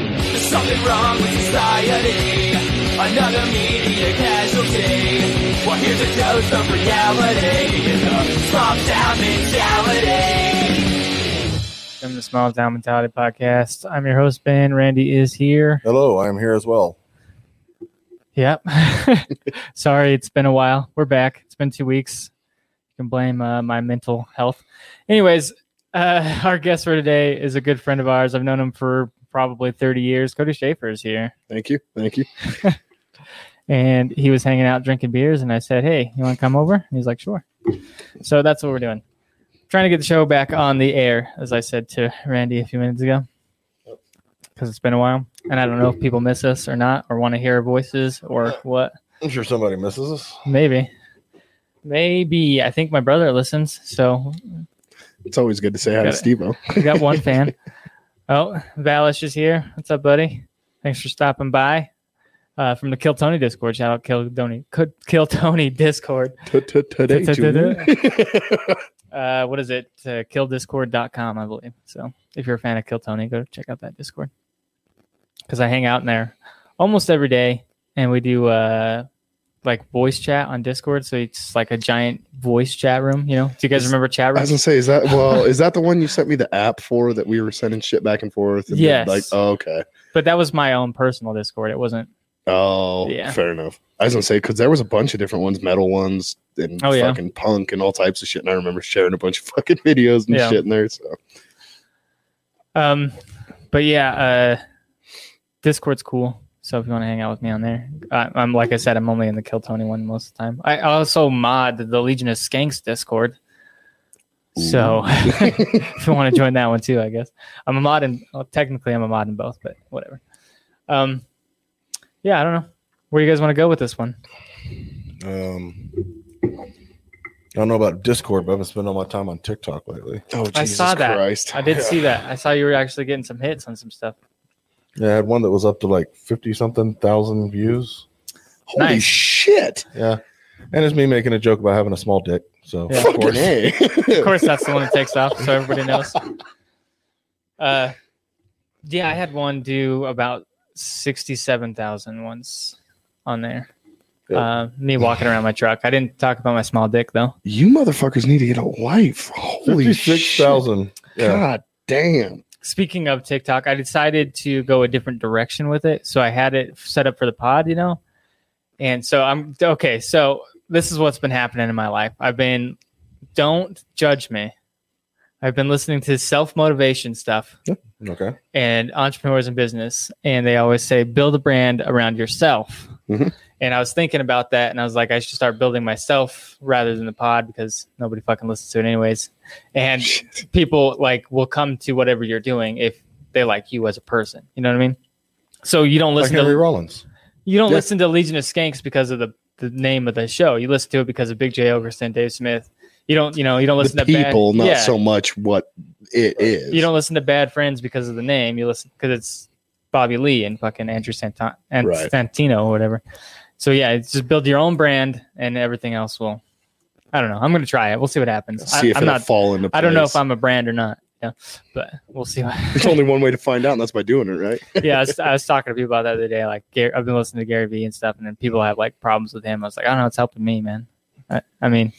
Something wrong with society. Another media casualty. Well, here's a dose of reality. In the small town mentality. Welcome to the Small Town Mentality Podcast. I'm your host, Ben. Randy is here. Hello, I'm here as well. Yep. Sorry, it's been a while. We're back. It's been two weeks. You can blame uh, my mental health. Anyways, uh, our guest for today is a good friend of ours. I've known him for probably 30 years. Cody Schaefer is here. Thank you. Thank you. And he was hanging out drinking beers. And I said, Hey, you want to come over? And he's like, Sure. So that's what we're doing. Trying to get the show back on the air, as I said to Randy a few minutes ago, because it's been a while. And I don't know if people miss us or not, or want to hear our voices or what. I'm sure somebody misses us. Maybe. Maybe. I think my brother listens. So It's always good to say hi Got to it. Steve O. we got one fan. Oh, Valish is here. What's up, buddy? Thanks for stopping by. Uh, from the Kill Tony Discord. Shout out Kill Tony, Kill Tony Discord. Today, Ta-ta-ta-ta. Junior. Uh, what is it? Uh, killdiscord.com, I believe. So if you're a fan of Kill Tony, go check out that Discord. Because I hang out in there almost every day and we do uh, like voice chat on Discord. So it's like a giant voice chat room. You know, do you guys remember chat I was rooms? gonna say, is that well? Is that the one you sent me the app for that we were sending shit back and forth? And then, Yes. Like, oh, okay. But that was my own personal Discord. It wasn't. Oh, Yeah. fair enough. I was gonna say because there was a bunch of different ones, metal ones, and Oh, yeah. fucking punk and all types of shit. And I remember sharing a bunch of fucking videos and Yeah. shit in there. So Um, but yeah, uh, Discord's cool. So if you want to hang out with me on there, I, I'm like I said, I'm only in the Kill Tony one most of the time. I also mod the Legion of Skanks Discord. So if you want to join that one too, I guess I'm a mod in. Well, technically, I'm a mod in both, but whatever. Um, yeah, I don't know where you guys want to go with this one. Um, I don't know about Discord, but I've been spending all my time on TikTok lately. oh, I Jesus saw that. Christ. I did see that. I saw you were actually getting some hits on some stuff. Yeah, I had one that was up to like fifty something thousand views. Holy Nice. shit! Yeah, and it's me making a joke about having a small dick. So Yeah. of Fucking course, a. of course that's the one that takes off so everybody knows uh yeah i had one do about 67000 once on there uh, me walking around my truck i didn't talk about my small dick though You motherfuckers need to get a wife. Holy fifty-six shit. thousand. Yeah, God damn. speaking of tiktok i decided to go a different direction with it so i had it set up for the pod you know and so i'm okay so this is what's been happening in my life i've been don't judge me i've been listening to self-motivation stuff okay. and entrepreneurs in business, and they always say build a brand around yourself. Mhm. And I was thinking about that, and I was like, I should start building myself rather than the pod because nobody fucking listens to it anyways. And people like will come to whatever you're doing if they like you as a person. You know what I mean? So you don't Like listen Henry to Rollins. you don't Yeah. listen to Legion of Skanks because of the, the name of the show. You listen to it because of Big J Ogerson, Dave Smith. You don't you know you don't listen the to bad- people, not Yeah. so much what it is. You don't listen to Bad Friends because of the name. You listen because it's Bobby Lee and fucking Andrew Santan- and Right. Santino or whatever. So yeah, it's just build your own brand and everything else will. I don't know. I'm gonna try it. We'll see what happens. see I, if I'm it'll not. fall into. Place. I don't know if I'm a brand or not. Yeah, but we'll see. What, There's only one way to find out, and that's by doing it, right? yeah, I was, I was talking to people about that the other day. Like, Gary, I've been listening to Gary Vee and stuff, and then people have like problems with him. I was like, I don't know. It's helping me, man. I, I mean,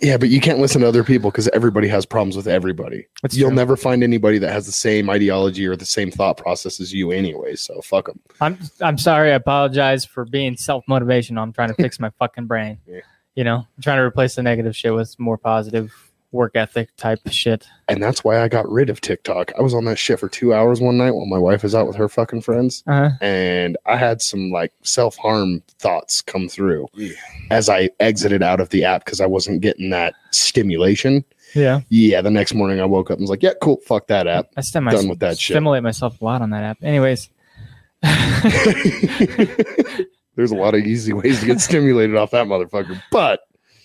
Yeah, but you can't listen to other people because everybody has problems with everybody. it's You'll true. never find anybody that has the same ideology or the same thought process as you, anyway. So fuck them. I'm I'm sorry. I apologize for being self motivational. I'm trying to fix my fucking brain. Yeah. You know, I'm trying to replace the negative shit with more positive work ethic type shit. And that's why I got rid of TikTok. I was on that shit for two hours one night while my wife was out with her fucking friends, Uh-huh. and I had some like self harm thoughts come through Yeah. as I exited out of the app because I wasn't getting that stimulation. Yeah, Yeah, the next morning I woke up and was like, yeah, cool, fuck that app. I stem my, Done with that shit. stimulate myself a lot on that app. Anyways, There's a lot of easy ways to get stimulated off that motherfucker, but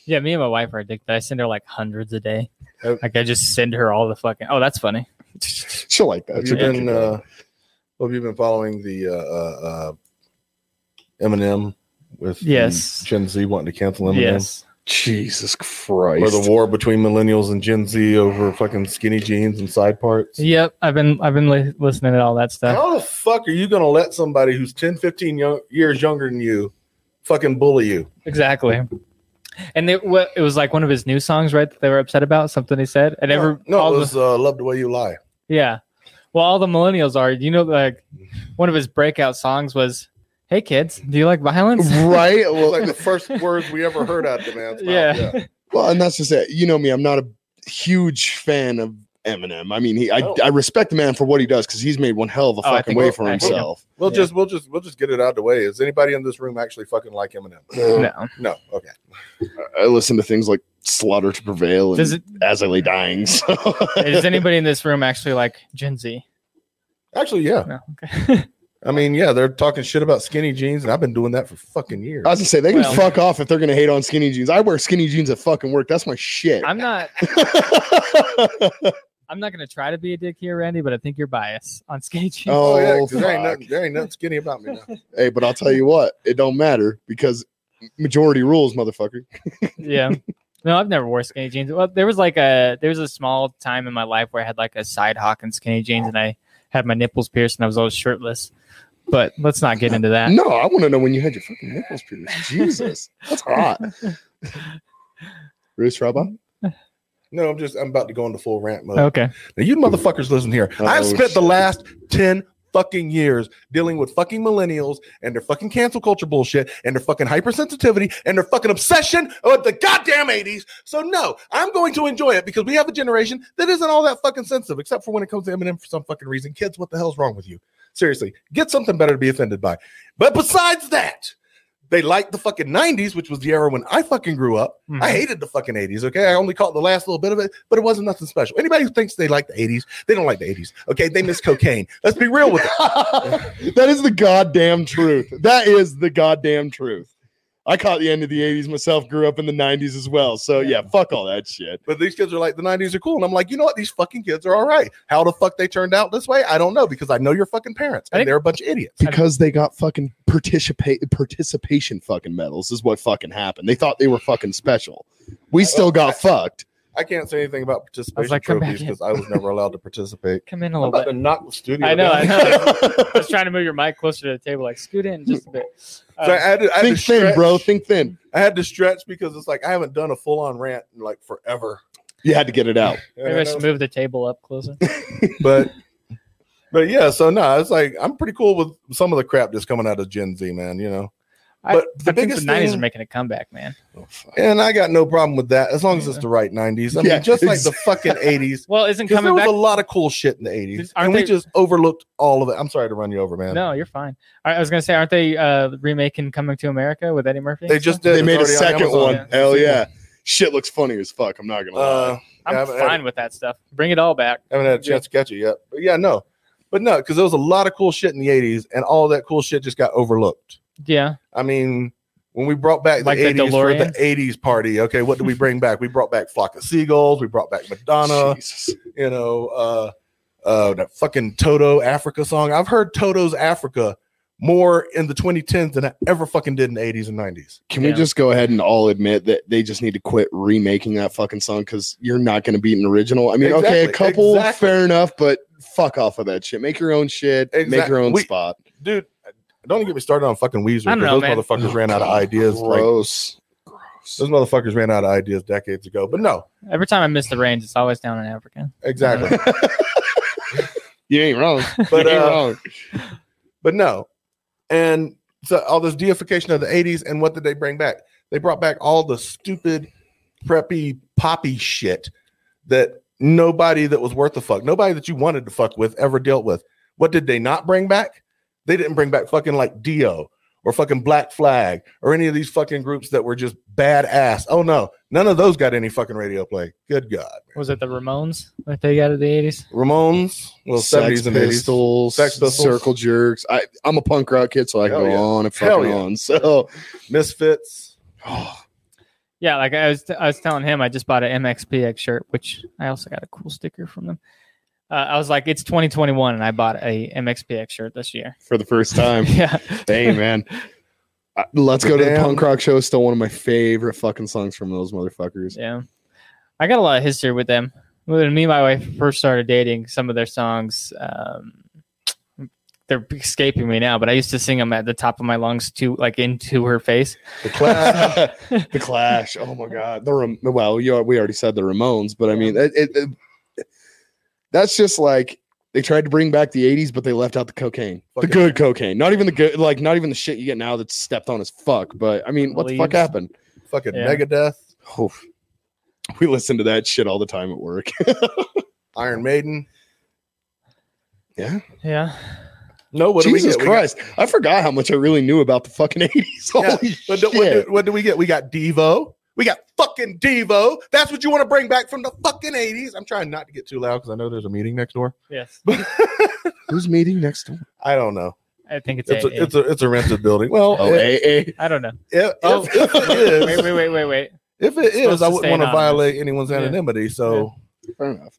yeah, me and my wife are addicted. I send her like hundreds a day. Have- Like I just send her all the fucking. Oh, that's funny. she'll like that. Have you She'll been? like it. Uh, have you been following the uh, uh, uh, Eminem with the Yes. Gen Z wanting to cancel Eminem? Yes, Jesus Or Christ. the war between millennials and Gen Z over fucking skinny jeans and side parts. Yep, I've been I've been li- listening to all that Oh. stuff. How the fuck are you going to let somebody who's 10, 15 yo- years younger than you fucking bully you? Exactly. And it, wa- it was like one of his new songs, right? That they were upset about something he said. And every No, all it the- was uh, Love the Way You Lie. Yeah. Well, all the millennials are. You know, like one of his breakout songs was, "Hey kids, do you like violence?" right? It was Well, like the first words we ever heard out of the man's mouth. Yeah. well, and that's just it. You know me, I'm not a huge fan of Eminem. I mean, he, I, No. I respect the man for what he does because he's made one hell of a Oh, I fucking think way we'll- for I- himself. We'll Yeah. just we'll just we'll just get it out of the way. Is anybody in this room actually fucking like Eminem? No. No. Okay. I listen to things like Slaughter to Prevail and Does it? As I Lay Dying. So. Is anybody in this room actually like Gen Z? Actually, yeah. No. Okay. I mean, yeah, they're talking shit about skinny jeans, and I've been doing that for fucking years. I was gonna say they can Well- fuck off if they're gonna hate on skinny jeans. I wear skinny jeans at fucking work. That's my shit. I'm not. I'm not gonna try to be a dick here, Randy, but I think you're biased on skinny jeans. oh, yeah, 'cause there ain't fuck. nothing there ain't nothing skinny about me now. hey, but I'll tell you what, it don't matter because majority rules, motherfucker. yeah. No, I've never wore skinny jeans. Well, there was like a there was a small time in my life where I had like a side hawk and skinny jeans, and I had my nipples pierced, and I was always shirtless. But let's not get into that. No, I want to know when you had your fucking nipples pierced. Jesus, that's hot. Bruce Robot. No, I'm just I'm about to go into full rant mode. Okay. Now you motherfuckers listen here. I've Oh, spent the shit. last 10 fucking years dealing with fucking millennials and their fucking cancel culture bullshit and their fucking hypersensitivity and their fucking obsession with the goddamn 80s. So no, I'm going to enjoy it because we have a generation that isn't all that fucking sensitive, except for when it comes to Eminem for some fucking reason. Kids, what the hell's wrong with you? Seriously, get something better to be offended by. But besides that, they like the fucking 90s, which was the era when I fucking grew up. Hmm. I Mm-hmm. hated the fucking 80s. Okay. I only caught the last little bit of it, but it wasn't nothing special. Anybody who thinks they like the 80s, they don't like the 80s. Okay. They miss cocaine. Let's be real with it. that is the goddamn truth. That is the goddamn truth. I caught the end of the 80s myself, grew up in the 90s as well. So, yeah, fuck all that shit. But these kids are like, the 90s are cool. And I'm like, you know what? These fucking kids are all right. How the fuck they turned out this way? I don't know because I know your fucking parents I and think- they're a bunch of idiots. because they got fucking participate participation fucking medals is what fucking happened. They thought they were fucking special. We still got fucked. I can't say anything about participation like, come back trophies in. because I was never allowed to participate. Come in a I'm little about bit. to knock the studio. I know, down. I know. Uh, I was trying to move your mic closer to the table, like scoot in just a bit. Uh, So I had, to, I, had Think to stretch, thin, bro. Think thin. I had to stretch because it's like I haven't done a full on rant in like forever. You had to get it out. maybe I should move the table up closer. but but yeah, so no, it's like I'm pretty cool with some of the crap that's coming out of Gen Z, man. You know, I, But the I think the biggest '90s thing- are making a comeback, man. Oh, and I got no problem with that as long as it's the right '90s. I Yeah, mean, just like the fucking '80s. Well, isn't Because there coming was back? a lot of cool shit in the '80s, Aren't and we they- just overlooked all of it. I'm sorry to run you over, man. No, you're fine. I, I was gonna say, aren't they uh, remaking "Coming to America" with Eddie Murphy? they and just stuff? did. they It's made a already on second Amazon. one. yeah. Hell yeah. Shit looks funny as fuck. I'm not Uh, gonna I'm lie. yeah, I haven't had fine with that stuff. Bring it all back. I haven't had a chance to catch it yet, but yeah, no, but no, because there was a lot of cool shit in the '80s, and all that cool shit just got overlooked. Yeah, I mean, when we brought back the Like the 80s for the DeLorean? 80s party, okay, what did we bring back? We brought back Flock of Seagulls. We brought back Madonna. Jesus. You know, uh, uh, that fucking Toto Africa song. I've heard Toto's Africa more in the 2010s than I ever fucking did in the 80s and 90s. Can we Yeah. just go ahead and all admit that they just need to quit remaking that fucking song because you're not gonna beat an original? I mean, okay, a Exactly, couple exactly. fair enough, but fuck off of that shit. Make your own shit, make Exact- your own we- spot. Dude, don't even get me started on fucking Weezer. I don't know, 'cause those man. motherfuckers ran out of ideas. Like, Gross. those motherfuckers ran out of ideas decades ago. But no, every time I miss the range, it's always down in Africa. exactly. You ain't wrong. But, you ain't uh, wrong. but no. And so all this deification of the 80s, and what did they bring back? They brought back all the stupid, preppy, poppy shit that nobody that was worth the fuck, nobody that you wanted to fuck with ever dealt with. What did they not bring back? They didn't bring back fucking like Dio or fucking Black Flag or any of these fucking groups that were just badass. Oh no, none of those got any fucking radio play. Good God. Was it the Ramones that they got in the '80s? Ramones, well, Sex 70s and 80s. Pistols, Sex Pistols. Circle Jerks. I, I'm a punk rock kid, so I can Hell go yeah. on and Hell fucking yeah. on. So, Misfits. oh, Yeah, like I was, I was telling him, I just bought an MXPX shirt, which I also got a cool sticker from them. Uh, I was like, it's 2021, and I bought a MXPX shirt this year. for the first time, yeah, hey man, Uh, Let's go to the Damn. punk rock show. is Still one of my favorite fucking songs from those motherfuckers. Yeah, I got a lot of history with them. When me and my wife first started dating, some of their songs, um, they're escaping me now. But I used to sing them at the top of my lungs to like into her face. The class. the Clash. Oh my God. The Ram- well, you we already said the Ramones, but I mean, it, it, it- that's just like they tried to bring back the '80s, but they left out the cocaine, Fuck the good cocaine. Not even the good, like not even the shit you get now that's stepped on as fuck. But I mean, what the fuck Leaves. happened? fucking Yeah. Megadeth, Oof. We listen to that shit all the time at work. Iron Maiden. yeah. Yeah, No, what Jesus do we get? Christ, I forgot how much I really knew about the fucking '80s. Holy Yeah, We shit! got, what, do, what, do, what do we get? We got Devo. We got fucking Devo. That's what you want to bring back from the fucking 80s. I'm trying not to get too loud because I know there's a meeting next door. yes, Who's meeting next door? I don't know. I think it's, It's a, a, it's a it's a rented building. Well, Oh, if, AA. I don't know. if, Oh. if it wait, is, wait, wait, wait, wait. if it is, supposed I to stay wouldn't want to anonymous. violate anyone's Yeah. anonymity. So Fair enough.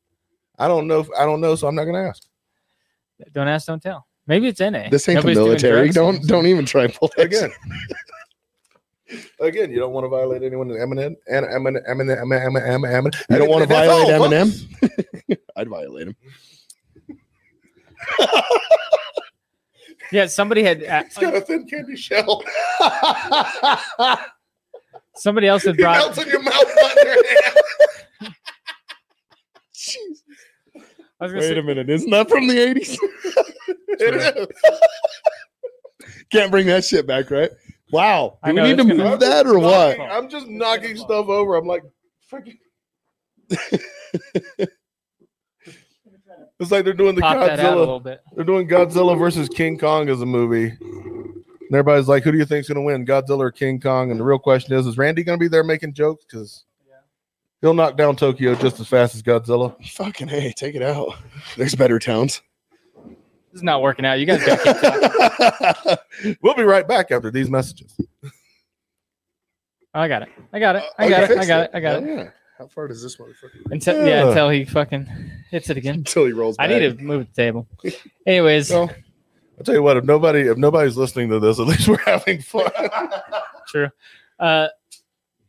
I don't know. If, I don't know. So I'm not going to ask. Don't ask, don't tell. Maybe it's NA. This ain't Nobody's doing the military. drugs. Don't don't even try and pull that Again. Again, you don't want to violate anyone's Eminem and Eminem Eminem Eminem Eminem. Eminem. You don't want to That's violate all, huh? Eminem? I'd violate him. Yeah, somebody had uh, a- He's got a thin candy shell. somebody else had He brought melts in your mouth. not in your hand. I was gonna Wait say, a minute. Isn't that from the 80s? It is. Can't bring that shit back, right? Wow. I Do we know, need to it's move gonna- that or what? knocking- I'm just knocking stuff over. I'm like, freaking. it's like they're doing the pop that out a Godzilla. little bit. They're doing Godzilla versus King Kong as a movie. And everybody's like, who do you think's going to win, Godzilla or King Kong? And the real question is, is Randy going to be there making jokes? Because he'll knock down Tokyo just as fast as Godzilla. Fucking hey, take it out. There's better towns. This is not working out. You guys got We'll be right back after these messages. Oh, I got it. I got it. I got it. I got it. I got it. Yeah. How far does this motherfucker Until yeah, Yeah. until he fucking hits it again. until he rolls I back? need to move the table. Anyways, No. I tell you what, if nobody if nobody's listening to this, at least we're having fun. true. Uh,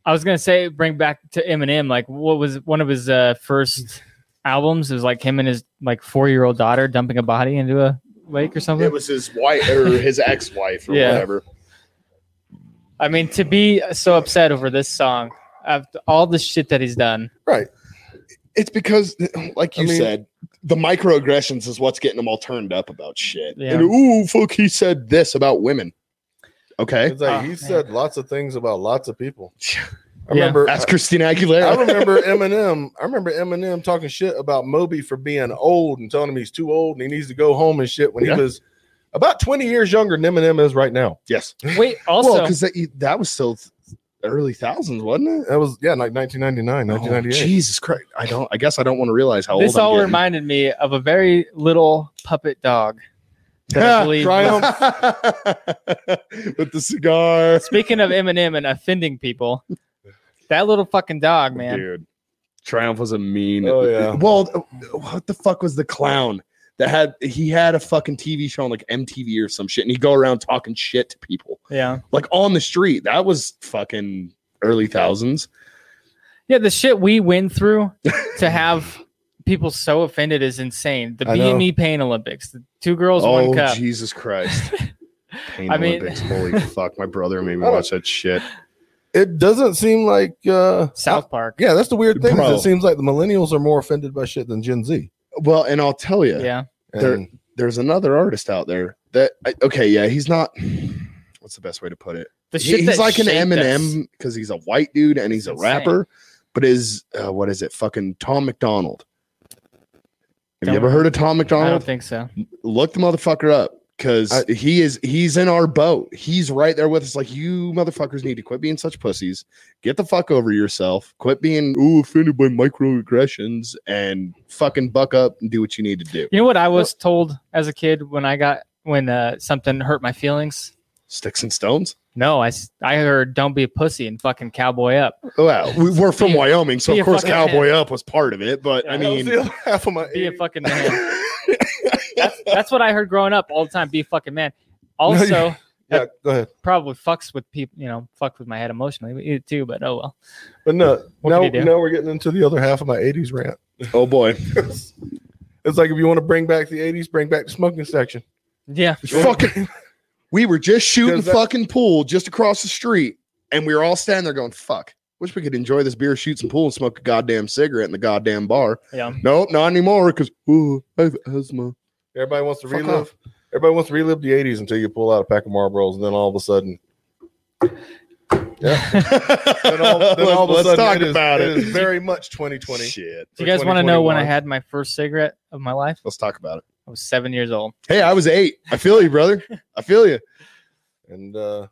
I was gonna say bring back to Eminem. Like, what was one of his uh, first albums? It was like him and his like four year old daughter dumping a body into a lake or something. It was his wife or his ex-wife or Yeah. whatever. I mean, to be so upset over this song after all the shit that he's done. It's because, like I you mean- said, the microaggressions is what's getting them all turned up about shit. Yeah. And ooh, fuck, he said this about women. Okay. It's like Oh, he man. said lots of things about lots of people. I Yeah. remember That's Christina I Aguilera. remember Eminem. I remember Eminem talking shit about Moby for being old and telling him he's too old and he needs to go home and shit when Yeah. he was about 20 years younger than Eminem is right now. yes. Wait, also well, because that, e, that was still th- early thousands, wasn't it? That was yeah, like 1999, Oh, 1998. Jesus Christ. I don't, I guess I don't want to realize how this old all I'm getting. reminded me of a very little puppet dog. that I Yeah, believe- With the cigar. Speaking of Eminem and offending people, that little fucking dog, man. Dude. Triumph was a mean. Oh, yeah. Well, uh, what the fuck was the clown that had he had a fucking TV show on like MTV or some shit, and he'd go around talking shit to people Yeah, like on the street. That was fucking early thousands. yeah. The shit we went through to have people so offended is insane. The I know. BME Pain Olympics, the two girls, one cup. Oh, Jesus Christ! Pain I mean- Olympics. Holy fuck! My brother made me I watch that shit. It doesn't seem like uh South Park. yeah, that's the weird thing. is Bro. It seems like the millennials are more offended by shit than Gen Z. Well, and I'll tell you, Yeah. And They're- there's another artist out there that I, okay, yeah, he's not. What's the best way to put it? the He- shit he's that like an shaped us. Eminem because he's a white dude and he's a It's rapper. But is uh, what is it? Fucking Tom McDonald. Have Don't- you ever heard of Tom I don't McDonald? think so. Look the motherfucker up because I- he is he's in our boat. He's right there with us. Like you motherfuckers need to quit being such pussies. Get the fuck over yourself. Quit being ooh offended by microaggressions and fucking buck up and do what you need to do. You know what I was told as a kid when I got when uh, something hurt my feelings. Sticks and stones. No, I, s- I heard don't be a pussy and fucking cowboy up. Well, Oh, we, we're from Be a- Wyoming, so be of a course fucking Cowboy Up was part of it. But I Yeah, That was mean, the other half of my Be a 80s. fucking man. That's what I heard growing up all the time. Be a fucking man. Also, yeah, go ahead. probably fucks with people, you know, fucks with my head emotionally too. But oh well. But no, What now, can you do? now we're getting into the other half of my 80s rant. Oh boy, it's like if you want to bring back the 80s, bring back the smoking section. Yeah. fucking. We were just shooting Does that- fucking pool just across the street, and we were all standing there going, "Fuck." Wish we could enjoy this beer, shoot some pool, and smoke a goddamn cigarette in the goddamn bar. Yeah. Nope, not anymore. Because ooh, I have asthma. Everybody wants to Fuck relive. off. Everybody wants to relive the 80s until you pull out a pack of Marlboros, and then all of a sudden, then all, then all of a Let's sudden talk it is- about It is it. very much 2020. Shit. Do For you guys want to know when I 2021. had my first cigarette of my life? Let's talk about it. I was seven years old. Hey, I was eight. I feel you, brother. I feel you. And uh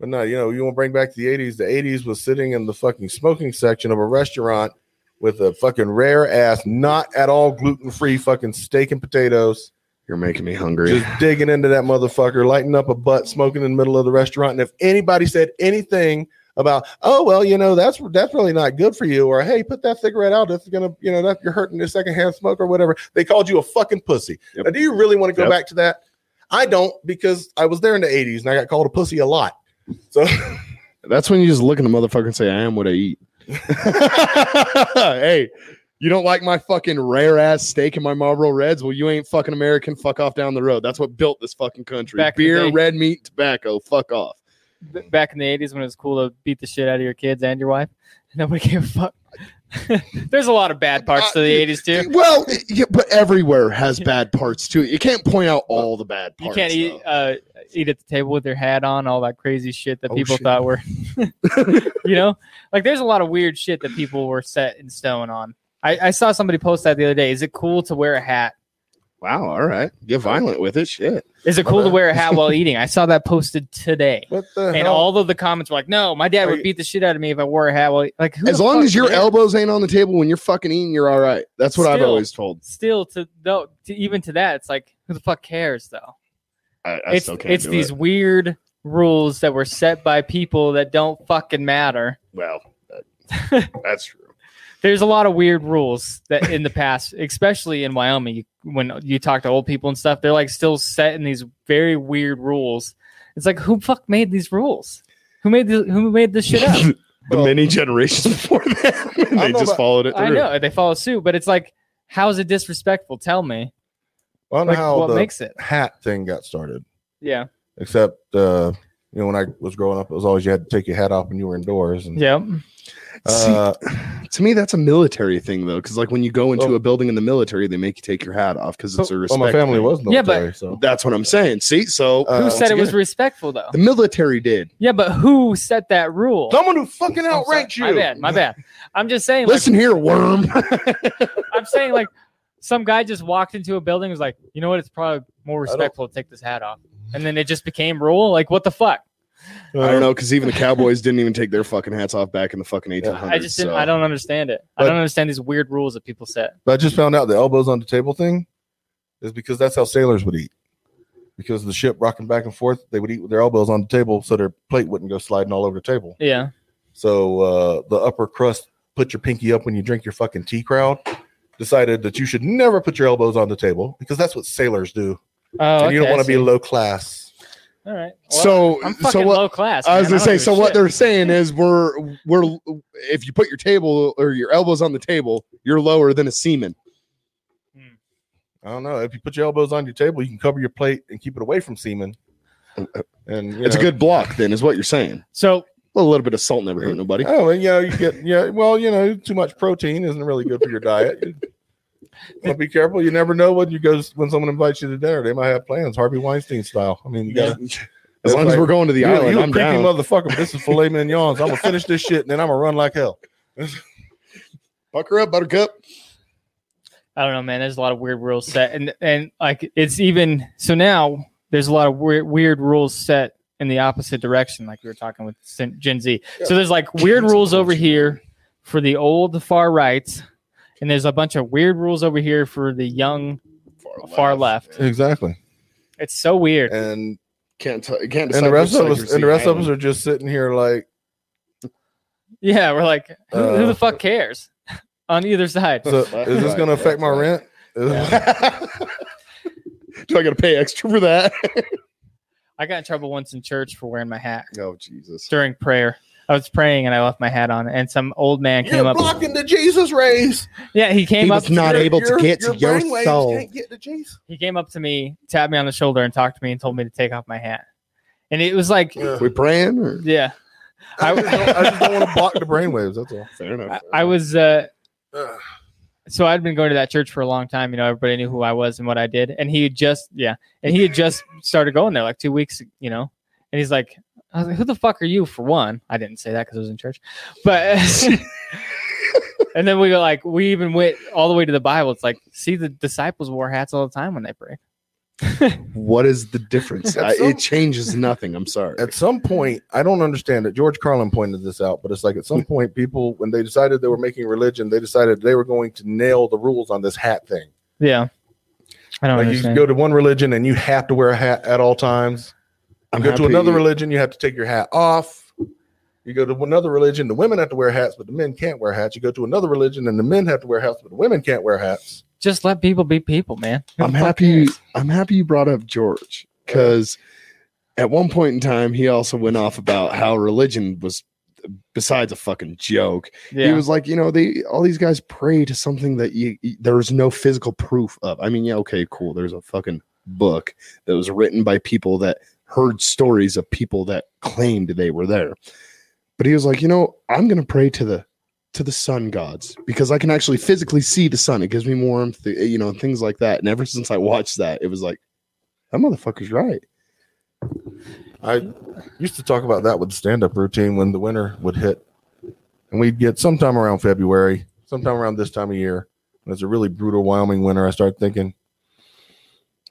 but no, you know, you want to bring back the 80s. The 80s was sitting in the fucking smoking section of a restaurant with a fucking rare ass, not at all gluten free fucking steak and potatoes. You're making me hungry. Just digging into that motherfucker, lighting up a butt, smoking in the middle of the restaurant. And if anybody said anything about, oh well, you know, that's that's really not good for you, or hey, put that cigarette out. That's gonna, you know, that you're hurting your secondhand smoke or whatever. They called you a fucking pussy. Yep. Now, do you really want to go Yep. back to that? I don't because I was there in the 80s and I got called a pussy a lot. So That's when you just look at the motherfucker and say, I am what I eat. hey, you don't like my fucking rare ass steak and my Marlboro Reds? Well, you ain't fucking American. Fuck off down the road. That's what built this fucking country. Back in the Beer, day. red meat, tobacco. Fuck off. B- Back in the '80s, when it was cool to beat the shit out of your kids and your wife, nobody gave a fuck. There's a lot of bad parts to Uh, the '80s too. Well, yeah, but everywhere has bad parts too. You can't point out all the bad You parts. can't eat uh, eat at the table with your hat on, all that crazy shit that Oh, people shit. thought were, you know, like there's a lot of weird shit that people were set in stone on. I, I saw somebody post that the other day. Is it cool to wear a hat? Wow. All right. Get violent with it. Shit. Is it cool to wear a hat while eating? I saw that posted today. what the And hell? all of the comments were like, "No, my dad Are would you- beat the shit out of me if I wore a hat." Well, like, who As the long fuck as your cares? elbows ain't on the table when you're fucking eating, you're all right. That's what I've Still. always told. still to no, to even to that, it's like, who the fuck cares though? I, I it's still can't it's do these it. weird rules that were set by people that don't fucking matter. Well, that- that's true. There's a lot of weird rules that in the past, especially in Wyoming, you, when you talk to old people and stuff, they're like still set in these very weird rules. It's like, who fuck made these rules? Who made the, who made this shit up? the Well- many generations before them, and I they know just about- followed it through. I know they follow suit, but it's like, how is it disrespectful? Tell me. I don't know Like, how what the makes it? hat thing got started. Yeah. Except uh, you know, when I was growing up, it was always you had to take your hat off when you were indoors. And Yep. uh, To me, that's a military thing, though, because like when you go into Well- a building in the military, they make you take your hat off because it's a well, respect. Oh, my family thing. was Yeah, but- military, so That's what I'm saying. See, so Uh, who once said it was again, respectful though? the military did. Yeah, but who set that rule? someone who fucking I'm sorry. outranked you. My bad. My bad. I'm just saying. Like, Listen here, worm. I'm saying like some guy just walked into a building and was like, you know what? It's probably more I don't- respectful to take this hat off, and then it just became rule. Like what the fuck? I Uh. don't know because even the Cowboys didn't even take their fucking hats off back in the fucking 1800s. I just didn't. so- I don't understand it. I But- don't understand these weird rules that people set. But I just found out the elbows on the table thing is because that's how sailors would eat. Because of the ship rocking back and forth, they would eat with their elbows on the table so their plate wouldn't go sliding all over the table. Yeah. So uh, the upper crust, put your pinky up when you drink your fucking tea crowd, decided that you should never put your elbows on the table because that's what sailors do. Oh, and you don't okay, I want to be see. low class. All right. Well, So, I'm fucking so what? low class. I was man. gonna say. don't So give a what shit. they're saying is, we're we're if you put your table or your elbows on the table, you're lower than a seaman. I don't know. If you put your elbows on your table, you can cover your plate and keep it away from semen. And you It's know, a good block, then, is what you're saying. So A little bit of salt never hurt nobody. Oh, and yeah, you get yeah. Well, you know, too much protein isn't really good for your diet. You wanna be careful. You never know when you go when someone invites you to dinner. They might have plans, Harvey Weinstein style. I mean, you got As long as we're going to the you, island, you a I'm creepy down. motherfucker. But this is filet mignons. I'm gonna finish this shit and then I'm gonna run like hell. Fuck her up, Buttercup. I don't know, man. There's a lot of weird rules set, and and like it's even so now. There's a lot of weird weird rules set in the opposite direction, like we were talking with Sin- Gen Z. So there's like weird Cancel rules over culture. here for the old far right, and there's a bunch of weird rules over here for the young. Far left. Exactly. It's so weird. And Can't t- and can't. decide the rest which of side us you're and the rest of us seeing. are just sitting here like Yeah, we're like, who, who Uh, the fuck cares on either side? so is this gonna affect my rent? Do I gotta pay extra for that? I got in trouble once in church for wearing my hat Oh Jesus! during prayer. I was praying and I left my hat on, and some old man came You're up. blocking the Jesus rays. Yeah, he came He up. was not able to get to your brainwaves soul. Can't get to Jesus. he came up to me, tapped me on the shoulder, and talked to me and told me to take off my hat. And it was like, Yeah. We praying or yeah, I, just don't, I just don't want to block the brainwaves. That's all. fair enough? I, I was. Uh, Ugh. so I'd been going to that church for a long time. You know, everybody knew who I was and what I did. And he had just, yeah, and he had just started going there like two weeks, you know. And he's like, I was like, "Who the fuck are you?" For one, I didn't say that because I was in church, but. And then we go like we even went all the way to the Bible. It's like, see, the disciples wore hats all the time when they prayed. What is the difference? At I, some- it changes nothing. I'm sorry. At some point, I don't understand it. George Carlin pointed this out, but it's like at some point, people, when they decided they were making religion, they decided they were going to nail the rules on this hat thing. Yeah, I don't Like you understand. go to one religion and you have to wear a hat at all times. I'm you go to happy- another religion, you have to take your hat off. You go to another religion, the women have to wear hats, but the men can't wear hats. You go to another religion, and the men have to wear hats, but the women can't wear hats. Just let people be people, man. Who I'm the fuck happy. cares? I'm happy you brought up George because at one point in time he also went off about how religion was besides a fucking joke. Yeah. He was like, you know, they all these guys pray to something that you, you- there's no physical proof of. I mean, yeah, okay, cool. There's a fucking book that was written by people that heard stories of people that claimed they were there. But he was like, you know, I'm gonna pray to the to the sun gods because I can actually physically see the sun. It gives me warmth, th- you know, and things like that. And ever since I watched that, it was like, that motherfucker's right. I used to talk about that with the stand up routine when the winter would hit. And we'd get sometime around February, sometime around this time of year. And it's a really brutal Wyoming winter. I started thinking,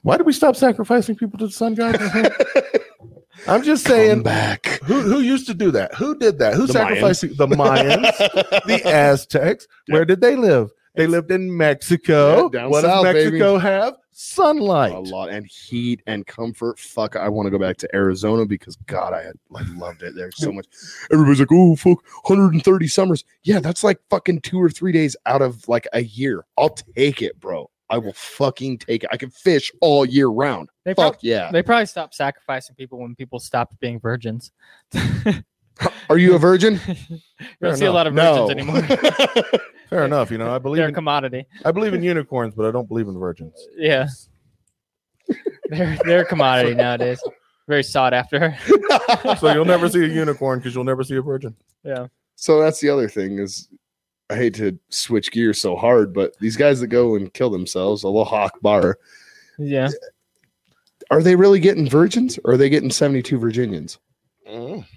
why did we stop sacrificing people to the sun god? I'm just Come saying, back. who, who used to do that? Who did that? Who The sacrificed the Mayans? the Aztecs. Yeah. Where did they live? They lived in Mexico. Yeah, down what south, does baby. Mexico have? Sunlight. a lot and heat and comfort. Fuck, I want to go back to Arizona because God, I, had, I loved it there so much. Everybody's like, oh fuck, 130 summers. Yeah, that's like fucking two or three days out of like a year. I'll take it, bro. I will fucking take it. I can fish all year round. they, prob- Fuck yeah. they probably stopped sacrificing people when people stopped being virgins. you Are you a virgin? don't Fair see a lot of virgins No. anymore. Fair enough. You know, I believe They're a in, commodity. I believe in unicorns, but I don't believe in virgins. Yeah. they're they're a commodity nowadays. Very sought after. So you'll never see a unicorn because you'll never see a virgin. yeah. So that's the other thing is I hate to switch gears so hard, but these guys that go and kill themselves, a little hawk bar, Yeah. are they really getting virgins or are they getting 72 Virginians?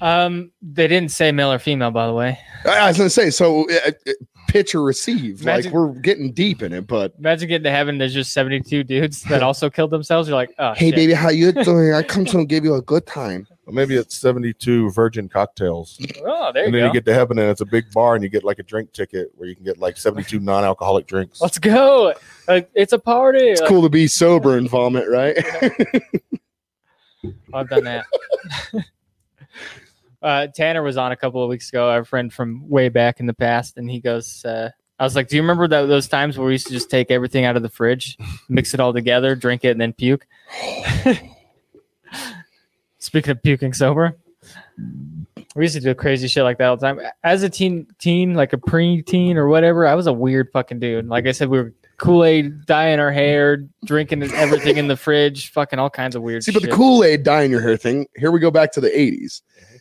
Um they didn't say male or female by the way. I I was gonna say, so uh, uh, pitch or receive. Magic- Like we're getting deep in it, but Imagine getting to heaven there's just 72 dudes that also killed themselves. You're like, "Oh, hey, shit. baby, how you doing? I come to give you a good time. Or maybe it's 72 virgin cocktails. Oh, there you and then go. you get to heaven and it's a big bar and you get like a drink ticket where you can get like 72 non alcoholic drinks. Let's go. Like, it's a party. It's Like, cool to be sober and vomit, right? I've done that. uh, Tanner was on a couple of weeks ago, our friend from way back in the past, and he goes, uh, I was like, Do you remember that, those times where we used to just take everything out of the fridge, mix it all together, drink it, and then puke? Speaking of puking sober, we used to do crazy shit like that all the time. As a teen, teen, like a pre-teen or whatever, I was a weird fucking dude. Like I said, we were Kool Aid, dyeing our hair, drinking everything in the fridge, fucking all kinds of weird. See, shit. but the Kool Aid dye in your hair thing. Here we go back to the '80s. Mm-hmm.